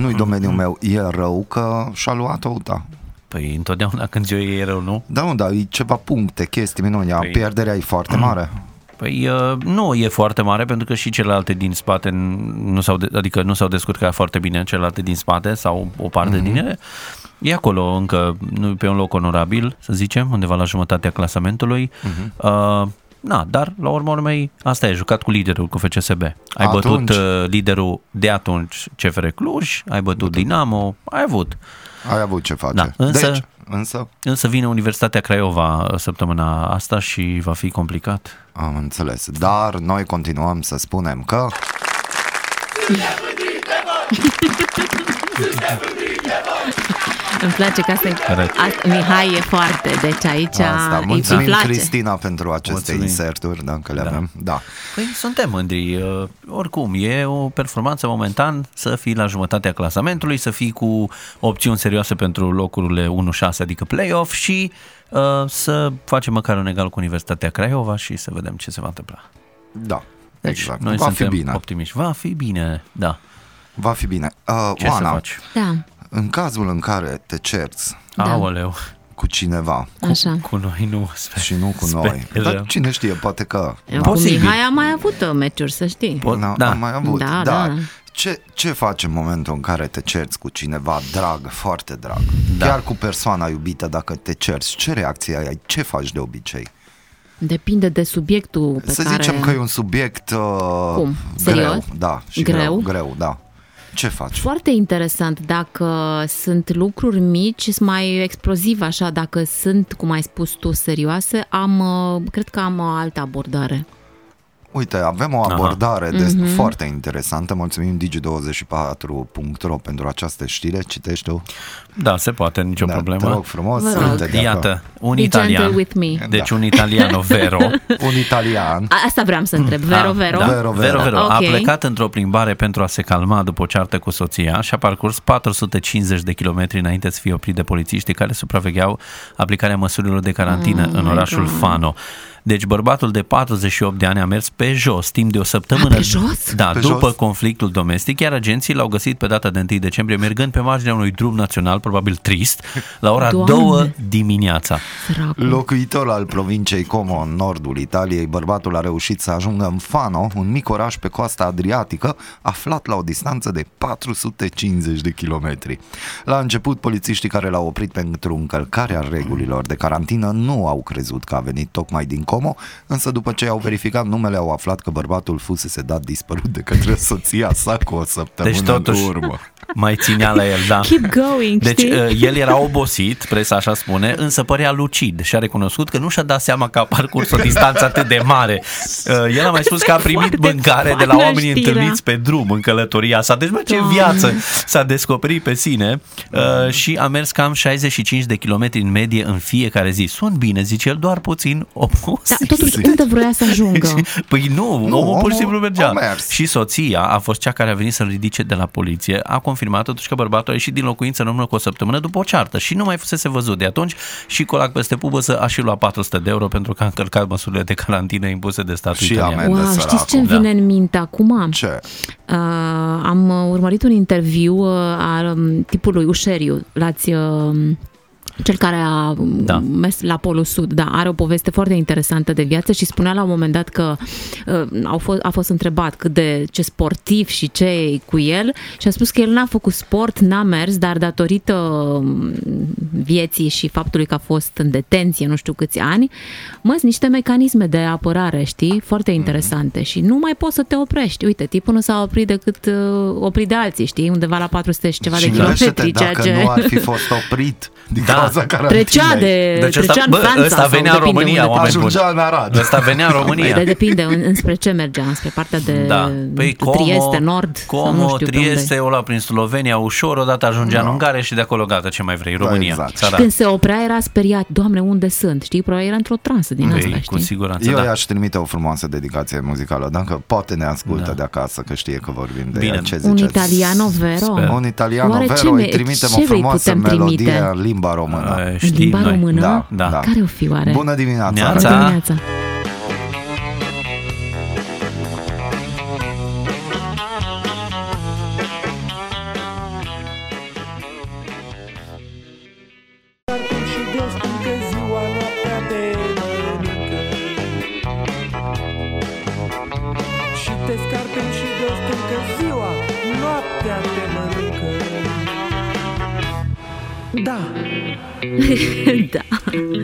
C: nu-i domeniul meu, e rău că și-a luat Uta.
E: Păi întotdeauna <laughs> când ziua e rău, nu?
C: Da, nu, dar e ceva puncte, chestii minuni, a,
E: Păi-
C: pierderea e foarte mare.
E: Păi uh, nu e foarte mare pentru că și celelalte din spate nu s-au, de- adică nu s-au descurcat foarte bine celelalte din spate sau o parte mm-hmm. din ele. E acolo încă, nu e pe un loc onorabil, să zicem, undeva la jumătatea clasamentului. Mm-hmm. Uh, na, dar la urma urmei, asta e, jucat cu liderul, cu FCSB. Ai
C: Atunci.
E: bătut uh, liderul de atunci CFR Cluj, ai bătut Dinamo, ai avut.
C: Ai avut ce face.
E: Da, însă-
C: Deci, însă,
E: Însă vine Universitatea Craiova uh, săptămâna asta și va fi complicat.
C: am înțeles, dar noi continuăm să spunem că...
D: Îmi place că asta e...
E: Corect.
D: Asta, Mihai e foarte, deci aici
C: Asta.
D: îi, îi
C: Mulțumim,
D: place.
C: Cristina, pentru aceste
E: Mulțumim.
C: inserturi, dacă le
E: Da.
C: avem. Da.
E: Păi suntem mândri. Uh, Oricum, e o performanță momentan să fii la jumătatea clasamentului, să fii cu opțiuni serioase pentru locurile 1-6, adică play-off și uh, să facem măcar un egal cu Universitatea Craiova și să vedem ce se va întâmpla.
C: Da.
E: Deci,
C: exact.
E: noi
C: Va fi
E: suntem
C: bine.
E: optimiști. Va fi bine, da.
C: Va fi bine. Uh,
E: Ce să
C: Oana,
E: faci?
D: Da,
C: în cazul în care te cerți
D: Da.
E: Aoleu,
C: cu cineva
D: așa.
E: cu noi nu sper.
C: și nu cu noi,
E: Sperăm.
C: dar cine știe, poate că...
D: Cu
E: Posibil.
D: Mihai am mai avut uh, meciuri, să știi.
E: Pot-
C: n-am-
E: da.
C: Am mai avut,
D: Da,
C: dar
D: da.
C: Ce, ce faci în momentul în care te cerți cu cineva drag, foarte drag, da. chiar cu persoana iubită, dacă te cerți, ce reacție ai, ce faci de obicei?
D: Depinde de subiectul pe
C: Să
D: care...
C: zicem că e un subiect uh,
D: Cum?
C: greu,
D: Serios?
C: da, și greu,
D: Greu?
C: greu, da. Ce faci?
D: Foarte interesant dacă sunt lucruri mici, sunt mai exploziv așa, dacă sunt, cum ai spus tu, serioase, am, uh, cred că am o altă abordare.
C: Uite, avem o abordare de
D: Mhm.
C: mm-hmm. foarte interesantă. Mulțumim digi24.ro pentru această știre. Citește-o.
E: Da, se poate, nicio
C: Te
E: problemă.
C: rog frumos.
D: Vă rog.
C: uite de Da.
E: Iată, un
D: Be
E: italian.
D: gentle with me.
E: Deci un italiano, Vero.
D: <laughs>
C: acolo. Un italian.
D: A- Asta vreau să întreb. Vero,
E: Ah,
D: Vero?
E: da.
C: Vero, Vero.
E: Vero, Vero. A
D: Ok.
E: plecat într-o plimbare pentru a se calma după o ceartă cu soția și a parcurs 450 de kilometri înainte să fie oprit de polițiștii care supravegheau aplicarea măsurilor de
D: Oh
E: carantină în orașul Fano. Deci bărbatul de 48 de ani a mers pe jos timp de o săptămână.
D: pe jos?
E: Da,
C: Pe
E: după
C: jos?
E: conflictul domestic, iar agenții l-au găsit pe data de 1 decembrie mergând pe marginea unui drum național, probabil trist, la ora
D: Doamne!
E: 2 dimineața.
D: Săracul.
C: Locuitor al provinciei Como, în nordul Italiei, bărbatul a reușit să ajungă în Fano, un mic oraș pe coasta adriatică, aflat la o distanță de 450 de kilometri. La început, polițiștii care l-au oprit pentru încălcarea regulilor de carantină nu au crezut că a venit tocmai din Como, însă după ce au verificat numele, au aflat că bărbatul fusese dat dispărut de către soția sa cu o săptămână
E: Deci totuși
C: în urmă.
E: mai ținea la el, da.
D: Keep going,
E: Deci
D: știi?
E: uh, el era obosit, presa așa spune, însă părea lucid și a recunoscut că nu și-a dat seama că a parcurs o distanță atât de mare. Uh, El a mai spus că a primit
D: Foarte
E: mâncare de la
D: faină
E: oamenii
D: știrea.
E: întâlniți pe drum în călătoria sa. Deci, bă, ce
D: Doamne.
E: viață! S-a descoperit pe sine uh, și a mers cam 65 de kilometri în medie în fiecare zi. Sunt bine, zice el, doar puțin opus.
D: Dar Da, totuși, unde vrea să
E: <laughs>
D: ajungă?
E: Păi nu, nu omul pur
C: omul
E: și simplu
C: a
E: mergea.
C: mers.
E: Și soția a fost cea care a venit să-l ridice de la poliție. A confirmat totuși că bărbatul a ieșit din locuință în urmă cu o săptămână după o ceartă și nu mai fusese văzut de atunci și colac peste pubă să a și luat 400 de euro pentru că a încălcat măsurile de carantină impuse de statul
C: Și
E: italian.
C: amen.
D: Wow,
C: de
D: știți
C: săracul,
D: ce îmi
E: da.
D: vine în minte acum?
C: Ce?
D: Uh, am uh, urmărit un interviu uh, al um, tipului Ușeriu, l-ați uh, cel care a um,
E: Da.
D: mers la Polul Sud, da, are o poveste foarte interesantă de viață și spunea la un moment dat că uh, au fost, a fost întrebat cât de ce sportiv și ce e cu el și a spus că el n-a făcut sport, n-a mers, dar datorită um, vieții și faptului că a fost în detenție nu știu câți ani, mă, sunt niște mecanisme de apărare, știi, foarte
C: Mhm.
D: interesante și nu mai poți să te oprești. Uite, tipul nu s-a oprit decât uh, oprit de alții, știi, undeva la 400 și ceva de
C: și gândește-te
D: kilometri, ceea
C: dacă
D: ce...
C: nu ar fi fost oprit din
E: Da.
C: cauza carantinei.
D: Trecea de
E: Deci ăsta-
D: trecea în
E: bă,
D: Franța
E: ăsta
D: sau
E: venea în
D: depinde
E: România,
D: unde.
E: oameni buni.
C: Ajungea în Arad.
E: Ăsta venea în România.
D: Păi, dar depinde în- înspre ce mergea, înspre partea de
E: Da. Păi Como,
D: Trieste, Nord, sau nu
E: Como,
D: știu pe unde.
E: Trieste, o lua prin Slovenia, ușor, odată ajungea în Ungaria și de acolo gata, ce mai vrei, România.
C: Da. exact.
E: țara.
D: Când se oprea era speriat, Doamne, unde sunt? Știi, probabil era într-o transă din
E: Păi,
D: asta,
E: cu
D: știi?
E: siguranță,
C: Eu
E: da.
C: i-aș trimite o frumoasă dedicație muzicală, dacă poate ne ascultă de acasă, că știe că vorbim de
E: Da. Bine.
C: ea. Ce
D: Un
C: ziceți?
D: italiano vero?
C: Un italiano,
D: Oare ce
C: Vero, îi
D: ne-
C: trimitem
D: ce
C: o
D: vei
C: frumoasă
D: putem
C: melodie
D: trimite?
C: în limba română.
E: Eh,
D: În
E: Știm
D: limba
E: noi.
D: română?
C: Da,
E: da.
D: Care o fi oare?
C: Bună dimineața!
E: Neața.
D: Bună dimineața!
F: Și Deus cântă ziua noaptea de nămânică Și te scarpin și Deus cântă ziua noaptea te mănâncă Da,
D: <laughs> da,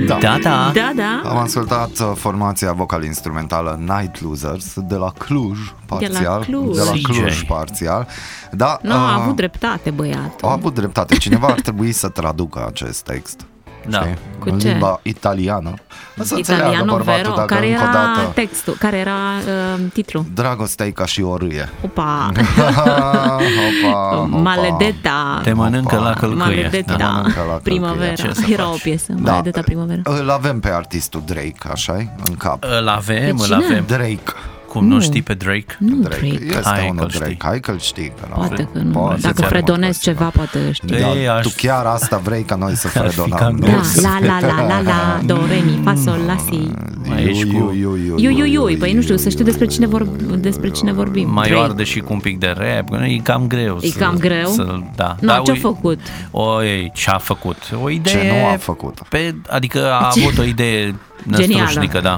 C: Da.
E: Da, da.
D: da, da.
C: Am ascultat uh, formația vocal-instrumentală Night Losers de la Cluj, parțial.
D: Cluj.
C: De la
E: CJ.
C: Cluj, parțial. Da,
D: Nu, a
C: uh,
D: avut dreptate băiatul.
C: Au avut dreptate. Cineva ar trebui să traducă acest text.
E: Da.
C: Știi?
D: Cu
C: în
D: ce?
C: limba italiană. Să înțeleagă
D: Italiano
C: bărbatul
D: Vero,
C: dacă
D: care
C: încă
D: era
C: o dată...
D: textul, care era uh, titlul.
C: Dragostea e ca și o râie. <laughs> Ah,
D: Opa,
C: Opa, opa.
D: Oh, Maledeta.
E: Te mănâncă la călcâie.
D: Maledeta,
E: Da.
C: Da, mănâncă la călcâie.
D: primavera.
E: Ce să
D: Era
E: faci?
D: o piesă,
C: Da.
D: Maledeta primavera.
C: Îl avem pe artistul Drake, așa în cap.
E: Îl avem,
D: Pe
E: îl
D: cine?
E: avem.
C: Drake.
E: Cum nu știi pe Drake?
D: Nu,
C: Drake.
D: Drake.
C: Este
E: Hai
C: unul
E: că-l știi.
C: Drake. Hai că-l știi. Că l-am
D: Poate
C: avut.
D: că nu.
C: Poate
D: Dacă
C: să-ți
D: fredonezi
C: arunc
D: ceva, poate știi.
E: Da.
C: Da,
E: Ei, aș-
C: tu chiar asta vrei ca noi să fredonăm.
E: cam
C: nu?
D: Da,
E: Yes.
D: la la la la la,
E: <laughs>
D: do, re, mi, fa, sol, la, si.
E: Mai ești cu-
C: Iu, iu, iu,
D: Iu, iu, iu, păi nu știu, să știu despre cine, vor, despre cine vorbim.
E: Mai
D: Drake.
E: arde și cu un pic de rap, că nu, e cam greu.
D: E
E: să-
D: cam greu?
E: Să, da.
D: Nu,
E: da,
D: ce-a
E: ui-
D: făcut?
E: O, ei, ce-a făcut? O idee...
C: Ce nu a făcut?
E: Pe, adică a avut o idee năstrușnică, da.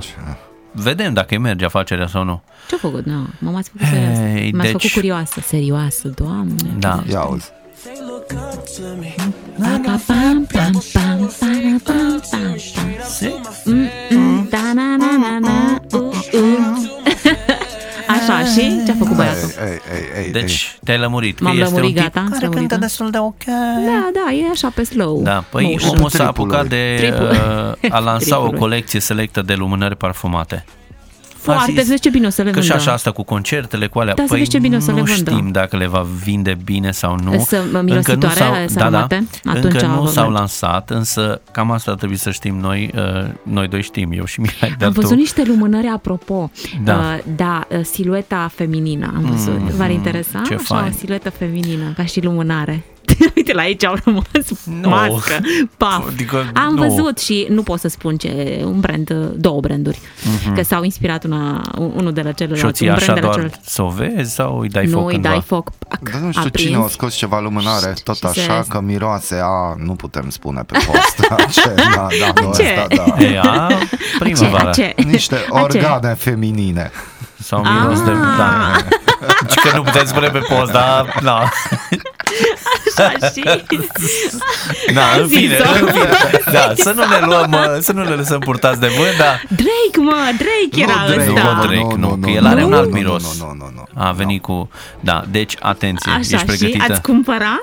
E: Vedem dacă îi merge afacerea sau nu.
D: Ce-a făcut? No, m-a mai făcut serioasă.
E: Ei,
D: M-a făcut
E: deci-
D: curioasă. Serioasă, doamne.
E: Da.
C: Ia auzi.
F: they look up to me
D: Pa, pa, pam, pam, pam, para, pam, pam, pam. Mm, mm, da, na, na, na, na, u, u. <laughs> Așa, și ce-a făcut băiatul?
C: Ei, ei, ei, ei, ei.
E: Deci te-ai lămurit. că
D: M-am
E: Păi, este
D: lămurit,
E: un tip
D: gata, s-a
E: Care
D: lămurit,
E: cântă
D: da.
E: destul de ok.
D: Da, da, e așa pe slow.
E: Da, păi
D: motion.
E: omul s-a
C: Tripul
E: apucat
C: lui.
E: de
D: Tripul.
E: uh, a lansa o
D: Tripul.
E: colecție selectă de lumânări parfumate. A
D: Foarte,
E: zis
D: să vezi ce bine o să le
E: Că
D: vândă.
E: și așa asta cu concertele, cu alea,
D: Da, să
E: păi
D: vezi ce bine o să
E: nu
D: le vândă.
E: știm dacă le va vinde bine sau nu.
D: Să- uh,
E: încă nu
D: mirositoare
E: s-au,
D: alea
E: da, da,
D: sarmate? Atunci
E: încă nu
D: vă
E: s-au
D: vând.
E: lansat, însă cam asta trebuie să știm noi, uh, noi doi știm, eu și Mihai, dar
D: Am văzut
E: tu...
D: niște lumânări, apropo.
E: Da.
D: Uh, da, uh, silueta feminină am văzut. Mm, V-ar interesa?
E: ce
D: Așa,
E: fain.
D: o siluetă feminină, ca și lumânare. <laughs> Uite, la aici au rămas
E: Nu.
D: no. mască, paf.
E: Adică,
D: am
E: nu.
D: văzut și nu pot să spun ce, un brand, uh, două branduri, mm-hmm. că s-au inspirat una, un- unul de la celălalt,
E: Mhm. Și o ții
D: un brand
E: așa
D: de la
E: doar
D: celălalt.
E: să o vezi sau îi dai
D: nu,
E: foc
D: îi
E: cândva?
D: dai foc, pac,
C: Dar Da, nu știu
D: aprins.
C: cine a scos ceva lumânare, tot
D: și se-
C: așa, că miroase, a, nu putem spune pe
D: <laughs>
C: post. <laughs> ce, da, da, nu,
D: Ce?
C: Asta, da.
E: E, a, primăvara.
D: <laughs> Ce,
C: <laughs>
D: a, ce?
C: Niște
D: A, ce?
C: organe feminine.
E: Sau miros
D: Ah!
E: de... Da. Deci că nu putem spune pe post, dar... Da.
D: Așa și...
E: Da,
D: Am
E: în fine,
D: zis-o.
E: în fine. Da, să nu ne luăm, uh, să nu ne lăsăm purtați de mâini, dar
D: Drake, mă, Drake era
E: Drake,
D: ăsta.
E: mă, Drake. nu, că el are un alt miros.
C: Nu, nu, nu, nu.
E: a venit cu... Da, deci atenție,
D: Așa
E: ești
D: și
E: pregătită? Mm,
D: ați cumpăra?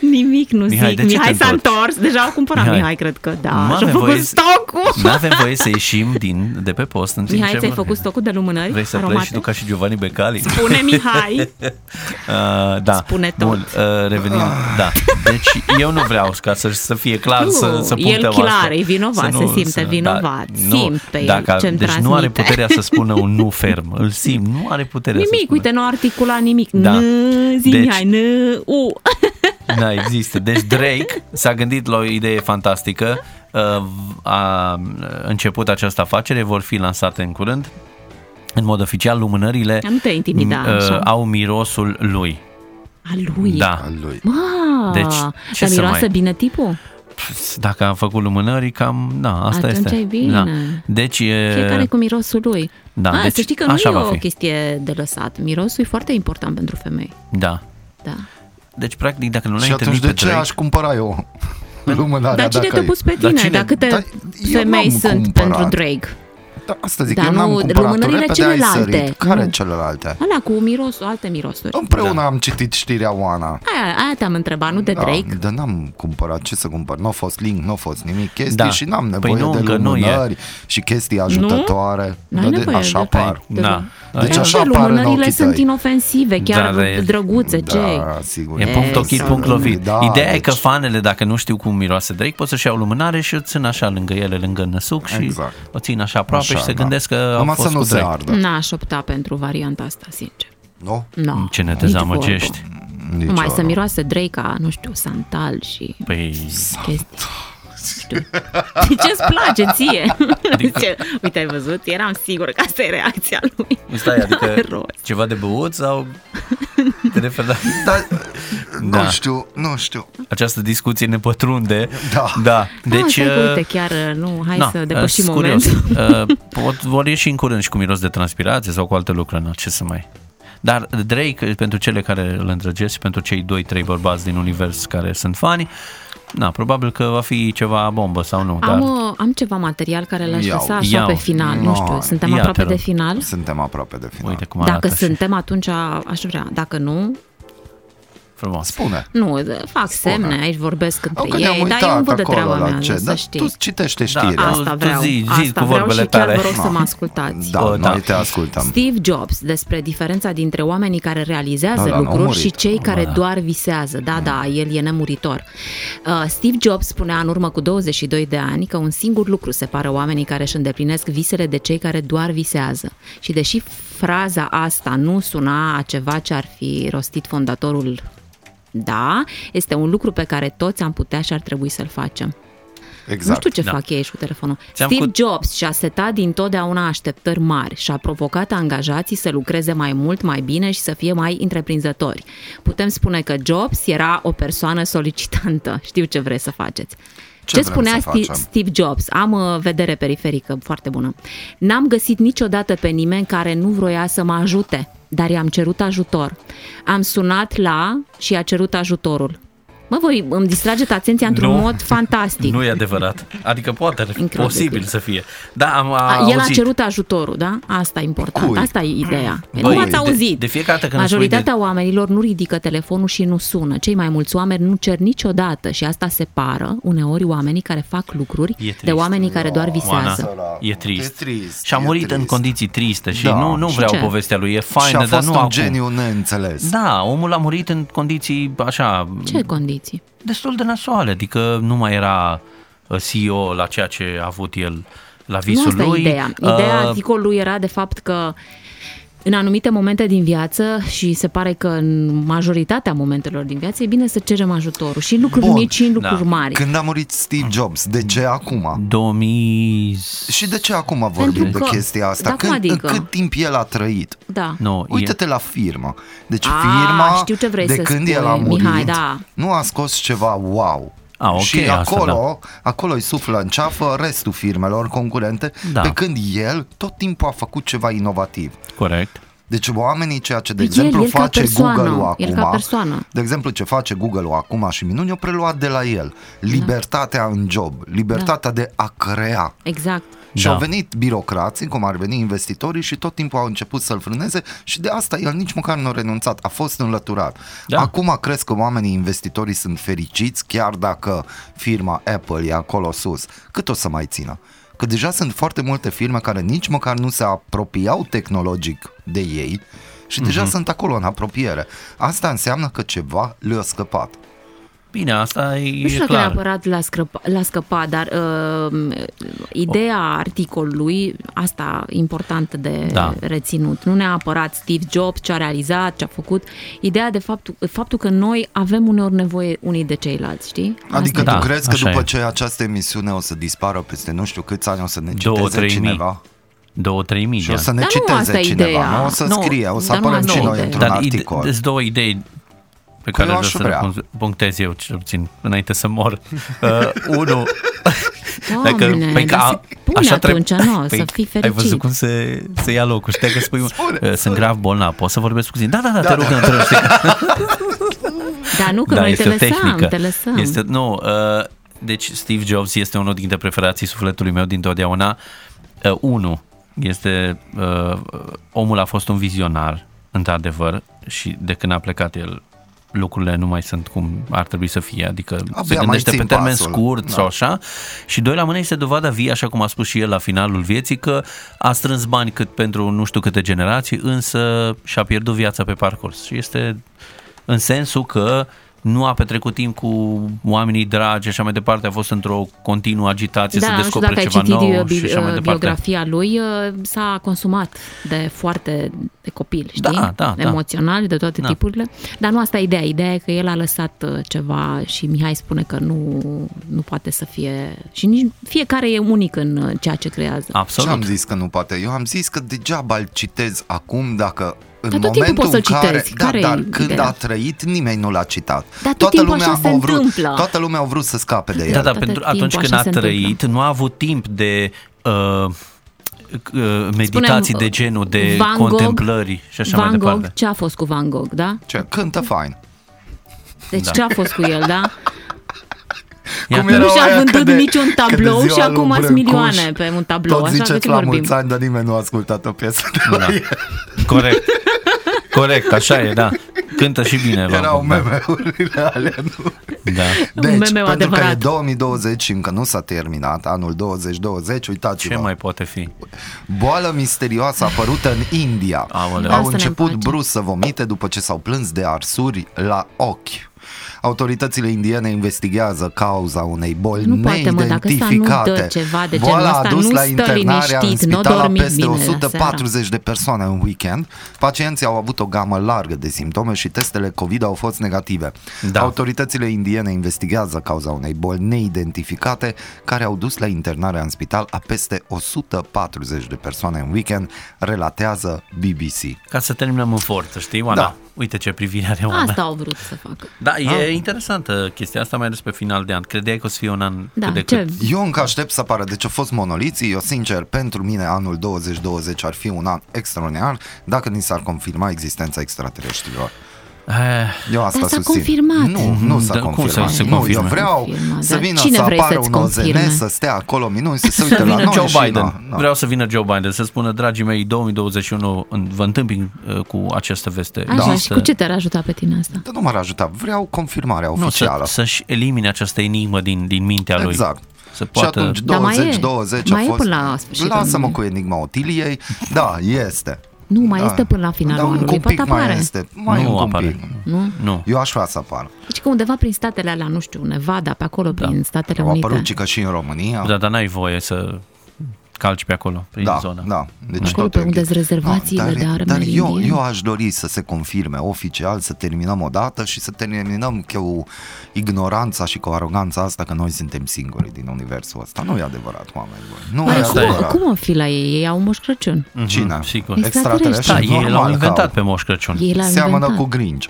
D: Nimic nu
E: Mihai,
D: zic.
E: de ce
D: Mihai
E: te
D: s-a
E: întorci?
D: întors. Deja au cumpărat
E: Mihai. Da,
D: Mihai, cred că da.
E: N-avem
D: Și-a
E: voie
D: făcut
E: să-
D: stocul.
E: Nu avem voie să ieșim din, de pe post în timp
D: Mihai,
E: ce
D: ți-ai
E: vorbim.
D: făcut stocul de lumânări
E: Vrei să pleci și
D: aromate?
E: tu ca și Giovanni Becali?
D: Pune
E: <laughs>
D: Mihai.
E: Uh, da.
D: Spune tot.
E: Bun, uh, revenim. Da. Deci eu nu vreau ca să, să fie clar,
D: Nu,
E: să, să punctăm
D: el
E: asta.
D: clar e vinovat,
E: Să da,
D: se simte vinovat.
E: nu,
D: Simt pe el
E: dacă,
D: ce-mi
E: Deci nu are
D: transmite.
E: puterea să spună un nu ferm. Îl simt, nu are puterea să
D: Nimic,
E: spună.
D: uite, nu articula nimic.
E: Da.
D: Da. N, zi
E: Deci-
D: deci... Mihai, n, u.
E: Da, există. Deci Drake s-a gândit la o idee fantastică. Uh, A început această afacere, vor fi lansate în curând. În mod oficial, lumânările
D: Nu te intimida,
E: m,
D: da, așa.
E: au mirosul lui.
D: A lui.
E: Da.
C: Al lui.
D: Mă,
E: Deci, ce
D: dar
E: să
D: miroase
E: mai-
D: bine tipul?
E: Dacă am făcut lumânări, cam, da, asta
D: Atunci
E: este.
D: e bine.
E: Da. Deci, e,
D: Fiecare cu mirosul lui.
E: Da,
D: A,
E: deci
D: să știi că nu
E: așa
D: e
E: va
D: o
E: fi.
D: chestie de lăsat. Mirosul e foarte important pentru femei.
E: da.
D: Da.
E: Deci, practic, dacă nu l-ai
C: Și atunci
E: întâlnit
C: de
E: pe
C: ce
E: Drake,
C: aș cumpăra eu
E: Da.
C: lumânarea
D: Dar cine
C: dacă
D: te-a
C: e?
D: pus pe
E: Dar
D: tine?
E: cine-
D: Dar câte
C: Dar eu
D: femei
C: n-am
D: sunt
C: cumpărat.
D: pentru Drake?
C: Da, asta zic,
D: Dar
C: eu n-am
D: nu,
C: cumpărat tu
D: lumânările
C: repede ai
D: celelalte.
C: sărit. Care
D: Nu.
C: celelalte?
D: Ăla cu mirosul, alte mirosuri.
C: Împreună
E: Da.
C: am citit știrea Oana.
D: Aia, aia te-am întrebat, nu de Drake.
C: dar Da, n-am cumpărat, ce să cumpăr? Nu a fost link, nu a fost nimic, chestii
E: Da.
C: da. și n-am
E: Păi
C: nevoie
E: nu,
C: de
E: încă nu e.
C: lumânări și chestii ajutătoare.
D: N-ai
C: Da, de-
D: nevoie
C: așa
D: Păi, de-
C: par.
E: Da.
C: Deci
D: Dar
C: așa
D: ce,
C: apare în
D: lumânările
C: ochii
D: sunt
C: tăi.
D: inofensive, chiar
E: Da, da,
D: drăguțe, ce?
C: Da, sigur.
E: E punct
D: Ei,
E: ochit,
D: sau-
E: punct lovit.
C: Da,
E: Ideea e
C: deci-
E: că fanele, dacă nu știu cum miroase Drake, pot să-și iau lumânare și o țin așa lângă ele, lângă năsuc și
C: Exact.
E: o țin așa aproape
C: Așa,
E: și se
C: da.
E: gândesc că au
C: Numai
E: fost
C: să nu
E: cu
C: se
E: Drake. Mm.
C: ardă.
D: N-aș opta pentru varianta asta, sincer.
C: Nu?
D: No,
E: Ce ne
D: nici
E: dezamăgești.
D: vorbă.
C: Nici
D: Numai
C: eu
D: să
C: nu.
D: miroase Drake a, nu știu, santal și
E: Păi,
D: chestii. Nu știu. De ce îți place ție?
E: Adică-
D: <laughs> Ce- Uite, ai văzut? Eram sigur că asta e reacția lui.
E: stai,
D: <laughs>
E: adică
D: N-are rost.
E: ceva de băut sau te referi
D: <laughs>
E: la...
C: Dar,
E: Da.
C: Nu știu, nu știu.
E: Această discuție ne pătrunde.
C: Da.
E: da.
D: Ah,
E: Deci,
D: stai că,
E: uh,
D: uite, chiar uh, nu, hai
E: na,
D: să depășim
E: uh,
D: momentul.
E: curios.
D: <laughs>
E: Uh, pot, vor ieși în curând și cu miros de transpirație sau cu alte lucruri, na, ce să mai... Dar Drake, pentru cele care îl îndrăgesc și pentru cei 2-3 bărbați din univers care sunt fani, na, probabil că va fi ceva bombă sau nu,
D: Am,
E: dar
D: uh, am ceva material care l-aș
C: Iau,
D: lăsa așa
E: iau.
D: pe final,
C: No,
D: nu știu, suntem
E: ia, te
D: aproape
E: rog.
D: de final.
C: Suntem aproape de final.
E: uite cum arată
D: Dacă
E: și
D: suntem, atunci aș vrea. Dacă nu,
E: frumos.
C: Spune.
D: nu, fac semne, aici vorbesc
C: Au
E: Păi
D: între
C: că ne-am
D: ei, dar eu
C: uitat
D: îmi văd de
C: acolo
D: treaba
C: la
D: mea,
C: ce.
D: nu să
C: Dar tu
D: știți.
C: citește
E: Da,
C: știrea.
E: da.
D: Asta
E: Tu
D: vreau,
E: zi, zi
D: asta
E: cu
D: vreau
E: vorbele
D: și chiar
E: tale.
D: vă rog să mă
C: Ma.
D: ascultați.
C: Da,
E: O, da.
C: noi te ascultăm.
D: Steve Jobs despre diferența dintre oamenii care realizează
C: Da, da,
D: da,
C: n-au
D: lucruri
C: murit.
D: și cei care
E: da.
D: da. doar visează. Da, da, el e nemuritor. Uh, Steve Jobs spunea în urmă cu 22 de ani că un singur lucru separă oamenii care își îndeplinesc visele de cei care doar visează. Și deși fraza asta nu suna a ceva ce ar fi rostit fondatorul da, este un lucru pe care toți am putea și ar trebui să-l facem.
C: Exact.
D: Nu știu ce
E: Da.
D: da. fac ei și cu telefonul.
E: Ți-am
D: Steve
E: cu-
D: cu... Jobs și-a setat dintotdeauna așteptări mari și a provocat angajații să lucreze mai mult, mai bine și să fie mai întreprinzători. Putem spune că Jobs era o persoană solicitantă. <laughs> Știu ce vreți să faceți.
C: Ce
D: Ce,
C: vrem
D: spunea
C: să
D: Sti-
C: facem?
D: Steve Jobs? Am uh, vedere periferică foarte bună. N-am găsit niciodată pe nimeni care nu vroia să mă ajute, dar i-am cerut ajutor. Am sunat la și i-a cerut ajutorul. Mă, voi îmi distrageți atenția într-un
E: Nu.
D: mod fantastic.
E: <laughs> Nu e adevărat. Adică poate,
D: Incredibil.
E: posibil să fie. Da, am a,
D: A, el a
E: auzit.
D: cerut ajutorul, da? Asta e important,
C: Cui?
D: asta e ideea.
E: Mm. Băi,
D: nu ați
E: de-
D: auzit.
E: de fiecare dată când îmi spui
D: Majoritatea oamenilor nu ridică telefonul și nu sună. Cei mai mulți oameni nu cer niciodată și asta separă uneori oamenii care fac lucruri
E: E trist.
D: de oamenii care doar visează.
E: Oana, e trist.
C: E trist,
E: Și a
C: e
E: murit
C: trist.
E: în condiții triste și
C: Da.
E: nu, nu
D: Și
E: vreau
D: ce?
E: povestea lui, e
C: și a
E: faină, dar
C: fost
E: nu
C: un
E: acum.
C: geniu neînțeles.
E: Da, omul a murit în condiții așa
D: Ce condiții?
E: destul de nasoale, adică nu mai era uh, CEO la ceea ce a avut el la visul
D: nu asta
E: lui.
D: e ideea. Ideea
E: Uh,
D: articolului era de fapt că în anumite momente din viață și se pare că în majoritatea momentelor din viață e bine să cerem ajutorul și în lucruri
C: Bun.
D: mici și în lucruri
E: Da.
D: mari.
C: Când a murit Steve Jobs, de ce acum?
E: 2000...
C: Și de ce acum vorbim
D: Pentru
C: de
D: că-
C: chestia asta?
D: Da, cum
C: Când,
D: adică?
C: În cât timp el a trăit?
D: Da.
E: Nu,
C: Uite-te la firmă. Deci
D: A,
C: firma,
D: știu ce vrei
C: de
D: să
C: când
D: spui,
C: el a murit,
D: Mihai, da.
C: nu a scos ceva wow.
E: A, ok,
C: și
E: asta, da.
C: acolo, acolo îi suflă în ceafă restul firmelor concurente,
E: Da.
C: pe când el tot timpul a făcut ceva inovativ.
E: e corect.
C: Deci oamenii ceea ce de
D: Deci
C: exemplu
D: el- el ca
C: face
D: persoană,
C: Google-ul acum,
D: el ca persoană.
C: de exemplu ce face Google-ul acum și minuni, o preluat de la el.
D: Da.
C: Libertatea în job, libertatea de a crea.
D: Exact.
C: Și
E: Da.
C: au venit birocrații, cum ar veni investitorii și tot timpul au început să-l frâneze și de asta el nici măcar nu a renunțat, a fost înlăturat.
E: Da.
C: Acum crezi că oamenii investitorii sunt fericiți chiar dacă firma Apple e acolo sus. Cât o să mai țină? Că deja sunt foarte multe firme care nici măcar nu se apropiau tehnologic de ei și deja
E: Mhm.
C: sunt acolo în apropiere. Asta înseamnă că ceva le-a scăpat.
E: Bine, asta e,
D: Nu știu
E: e
D: dacă
E: clar.
D: neapărat l-a, scăpa, l-a scăpat, dar uh, ideea articolului, asta importantă de
E: Da.
D: da. reținut, nu neapărat Steve Jobs, ce a realizat, ce a făcut, ideea de faptul, faptul că noi avem uneori nevoie unii de ceilalți, știi?
C: Adică
E: Da,
C: tu crezi că
E: așa
C: după
E: e.
C: ce această emisiune o să dispară peste nu știu câți ani o să ne
E: Două,
C: citeze
E: trei mii.
C: cineva?
E: Două, trei mii da.
C: Și
E: de
C: o
E: ani.
C: să ne
D: Dar nu asta
C: citeze
D: e
C: cineva,
D: ideea.
C: nu? O să
E: Nu,
C: scrie, o să
D: dar nu
C: apărăm
D: asta
C: și
D: e
C: noi
D: ideea.
C: într-un
E: ide-
C: articol.
E: Sunt două idei pe
C: Că
E: care
C: eu
E: aș
C: aș
E: vrea
C: vrea.
E: să le pun- punctez eu, cel puțin, înainte să
C: <laughs>
E: mor. Uh, unul...
D: Doamne,
E: păi
D: dar se pune atunci, nu, să fii
E: Ai
D: fericit.
E: văzut cum se, se ia locul. Știi că spui,
C: Spune,
E: uh, sunt
C: spune.
E: grav bolnav, poți să vorbesc puțin. Da, da, da, te rog, da. te rog, știi.
D: Dar nu, că
E: da,
D: noi
E: este
D: te
E: o tehnică.
D: lăsăm, te lăsăm.
E: Este, nu, uh, deci Steve Jobs este unul dintre preferații sufletului meu dintotdeauna. Uh, unu, este, uh, omul a fost un vizionar, într-adevăr, și de când a plecat el lucrurile nu mai sunt cum ar trebui să fie, adică
C: Abia
E: se
C: mai
E: gândește
C: țin
E: pe termen
C: pasul. Da.
E: scurt sau așa și doi la mână este dovada vie, așa cum a spus și el la finalul vieții, că a strâns bani cât pentru nu știu câte generații, însă și-a pierdut viața pe parcurs și este în sensul că nu a petrecut timp cu oamenii dragi și așa mai departe, a fost într-o continuă agitație să
D: da, nu știu
E: descopere
D: dacă ai
E: ceva
D: citit uh,
E: nou
D: bi-
E: și așa mai departe.
D: biografia lui, uh, s-a consumat de foarte de copil, știi?
E: Da, da, da.
D: Emoțional, de toate
E: Da.
D: da. tipurile. Dar nu asta e ideea. Ideea e că el a lăsat uh, ceva și Mihai spune că nu, nu poate să fie... Și nici fiecare e unic în uh, ceea ce creează.
C: Ce am
E: Absolut.
C: zis că nu poate? Eu am zis că degeaba îl citez acum dacă în
D: Dar tot timpul
C: momentul
D: poți
C: în
D: să-l
C: care,
D: citezi.
C: da,
D: Care-i
C: dar când
D: ideea?
C: a trăit, nimeni nu l-a citat.
D: tot
C: toată
D: timpul
C: lumea
D: așa se
C: a vrut,
D: întâmplă.
C: toată lumea a vrut să scape de el.
E: Da, da,
D: Tot
E: pentru
D: timpul
E: atunci
D: așa
E: când a
D: se întâmplă.
E: trăit, nu a avut timp de uh, uh, meditații
D: Spunem,
E: de genul, de
D: Van Gogh-
E: contemplări și așa
D: Van
E: mai
D: Gogh,
E: departe.
D: ce a fost cu Van Gogh, da?
C: Ce? Cântă fain.
D: Deci
E: Da.
D: ce a fost cu el,
E: <laughs>
D: da?
E: Iată.
C: Cum era
D: nu și-a
C: aia
D: vândut
C: cât de-
D: niciun
C: cât de
D: tablou
C: ziua
D: și acum
C: lui
D: sunt
C: Brâncuș.
D: milioane pe un tablou.
C: Tot
D: Așa de
C: ziceți
D: ce
C: la
D: vorbim?
C: mulți ani, dar nimeni nu a ascultat o piesă de la
E: Da.
C: el.
E: Corect. Corect, așa e, da. Cântă și bine. Van
C: Erau
E: Gogh, da.
C: meme-urile alea, nu?
E: Da.
C: Deci, pentru
D: meme
C: că e
D: adevărat.
C: 2020 și încă nu s-a terminat, anul 2020, uitați-vă.
E: Ce mai poate fi?
C: Boală misterioasă apărută în India.
E: Aoleu.
D: Asta
C: Au
D: ne
C: început
D: place.
C: brusc să vomite după ce s-au plâns de arsuri la ochi. Autoritățile indiene investighează cauza unei boli
D: Nu poate, mă, dacă ăsta nu dă
C: neidentificate.
D: ceva de genul
C: Boala
D: ăsta,
C: a dus
D: nu
C: la
D: stă
C: internarea în
D: liniștit, n-o
C: spital a
D: dormi
C: peste
D: bine la
C: 140 de persoane în weekend. Pacienții au avut o gamă largă de simptome și testele COVID au fost negative.
E: Da.
C: Autoritățile indiene investigează cauza unei boli neidentificate care au dus la internarea în spital a peste 140 de persoane în weekend, relatează BBC.
E: Ca să terminăm în forță, știi, Oana?
C: Da.
E: Uite ce privire are Oana.
D: Asta au vrut să facă.
E: Da, e ah. interesantă chestia asta, mai ales pe final de an. Credeai că o să fie un an
D: Da,
E: cât de
D: ce?
E: cât.
C: Eu încă aștept să apară, deci au fost monoliții, eu sincer, pentru mine anul 2020 ar fi un an extraordinar dacă ni s-ar confirma existența extraterestrilor.
E: Eh,
C: Eu asta
D: Dar s-a
C: susțin.
D: confirmat.
C: Nu, nu s-a
E: Dar cum
C: confirmat.
E: să se
C: nu, eu
E: confirme?
C: vreau
D: Confirmat,
C: să
D: da.
C: vină
D: Cine
C: să
D: vrei
C: apară
D: să-ți
C: un OZN,
D: confirme?
C: să stea acolo minuni, să se
E: să
C: uite la
E: vină
C: noi da. și
E: Joe Biden.
C: Na, na.
E: Vreau să vină Joe Biden să spună, dragii mei, 2021 în- vă întâmpin uh, cu această veste.
D: Așa, da. și
E: Este-
D: cu ce te-ar ajuta pe tine asta?
C: Dar nu m-ar ajuta, vreau confirmarea
E: nu, să,
C: oficială.
E: să-și elimine această enigmă din, din mintea lui.
C: Exact.
E: Să
C: Și
E: poată...
C: atunci
D: Dar mai
C: 20,
D: e-
C: 20
D: mai
C: a
D: e
C: fost...
D: până la sfârșitul
C: Lasă-mă
D: anului.
C: cu enigma Otiliei. Da, este.
D: Nu, mai
C: da.
D: este până la finalul
C: da, un
D: anului,
C: pic
D: poate
C: mai
D: apare.
C: Este. Mai
E: nu
C: un
E: apare.
C: pic.
E: Nu? nu.
C: Eu aș vrea să apară.
D: Deci că undeva prin statele alea, nu știu, Nevada, pe acolo, da. prin Statele
C: Au apărut
D: Unite.
C: cică și în România.
E: Da, dar n-ai voie să calci pe acolo, prin
C: da,
E: zona.
C: da. Deci
D: Acolo
C: tot
D: pe
C: e
D: unde
C: ok.
D: sunt rezervațiile
C: Da,
D: de arme
C: Dar eu,
D: indiene.
C: eu aș dori să se confirme oficial, să terminăm odată și să terminăm cu ignoranța și cu aroganța asta că noi suntem singuri din universul ăsta. Nu e adevărat, oameni buni. Nu e
D: Oare cum,
C: adevărat.
D: cum Mm, o fi la ei? Ei au Moș Crăciun.
E: Mm.
C: Cine?
E: sigur.
C: Extraterestri.
E: Da, ei
C: Normal că
E: l-au
C: au.
E: inventat pe Moș Crăciun.
D: Ei l-au
C: Seamănă
D: inventat.
C: cu Grinch.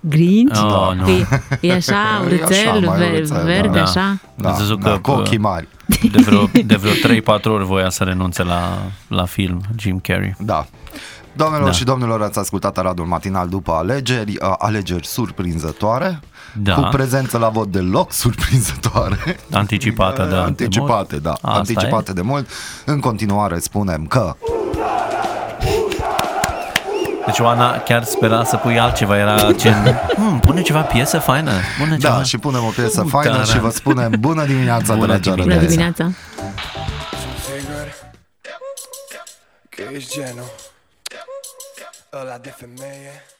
D: Grinch?
E: Oh,
D: Că
E: nu.
D: E, e așa,
C: E așa,
D: urțel,
C: mai
D: ver,
C: urțel, da.
D: verde,
E: Da.
D: așa.
C: Da,
E: Ați văzut
C: da,
E: că- uh,
C: cu ochii mari.
E: <laughs> De vreo, de vreo 3-4 ori voia să renunțe la, la film Jim Carrey.
C: Da. Doamnelor
E: Da.
C: și domnilor, ați ascultat Aradul Matinal după alegeri, uh, alegeri surprinzătoare,
E: Da.
C: cu prezență la vot deloc surprinzătoare.
E: Anticipată, da.
C: Anticipate, Uh, da.
E: Asta
C: anticipate de mult. În continuare spunem că
E: Deci Oana chiar spera să pui altceva, era
C: <laughs>
E: gen, hmm, pune ceva piesă faină, pune ceva.
C: Da, și punem o piesă
E: Uite,
C: faină și
E: Aran.
C: vă spunem bună dimineața,
E: Bună
C: dragi
E: dimineața.
D: Bună
C: arătăți.
D: dimineața!
G: Că ești genul Ăla de femeie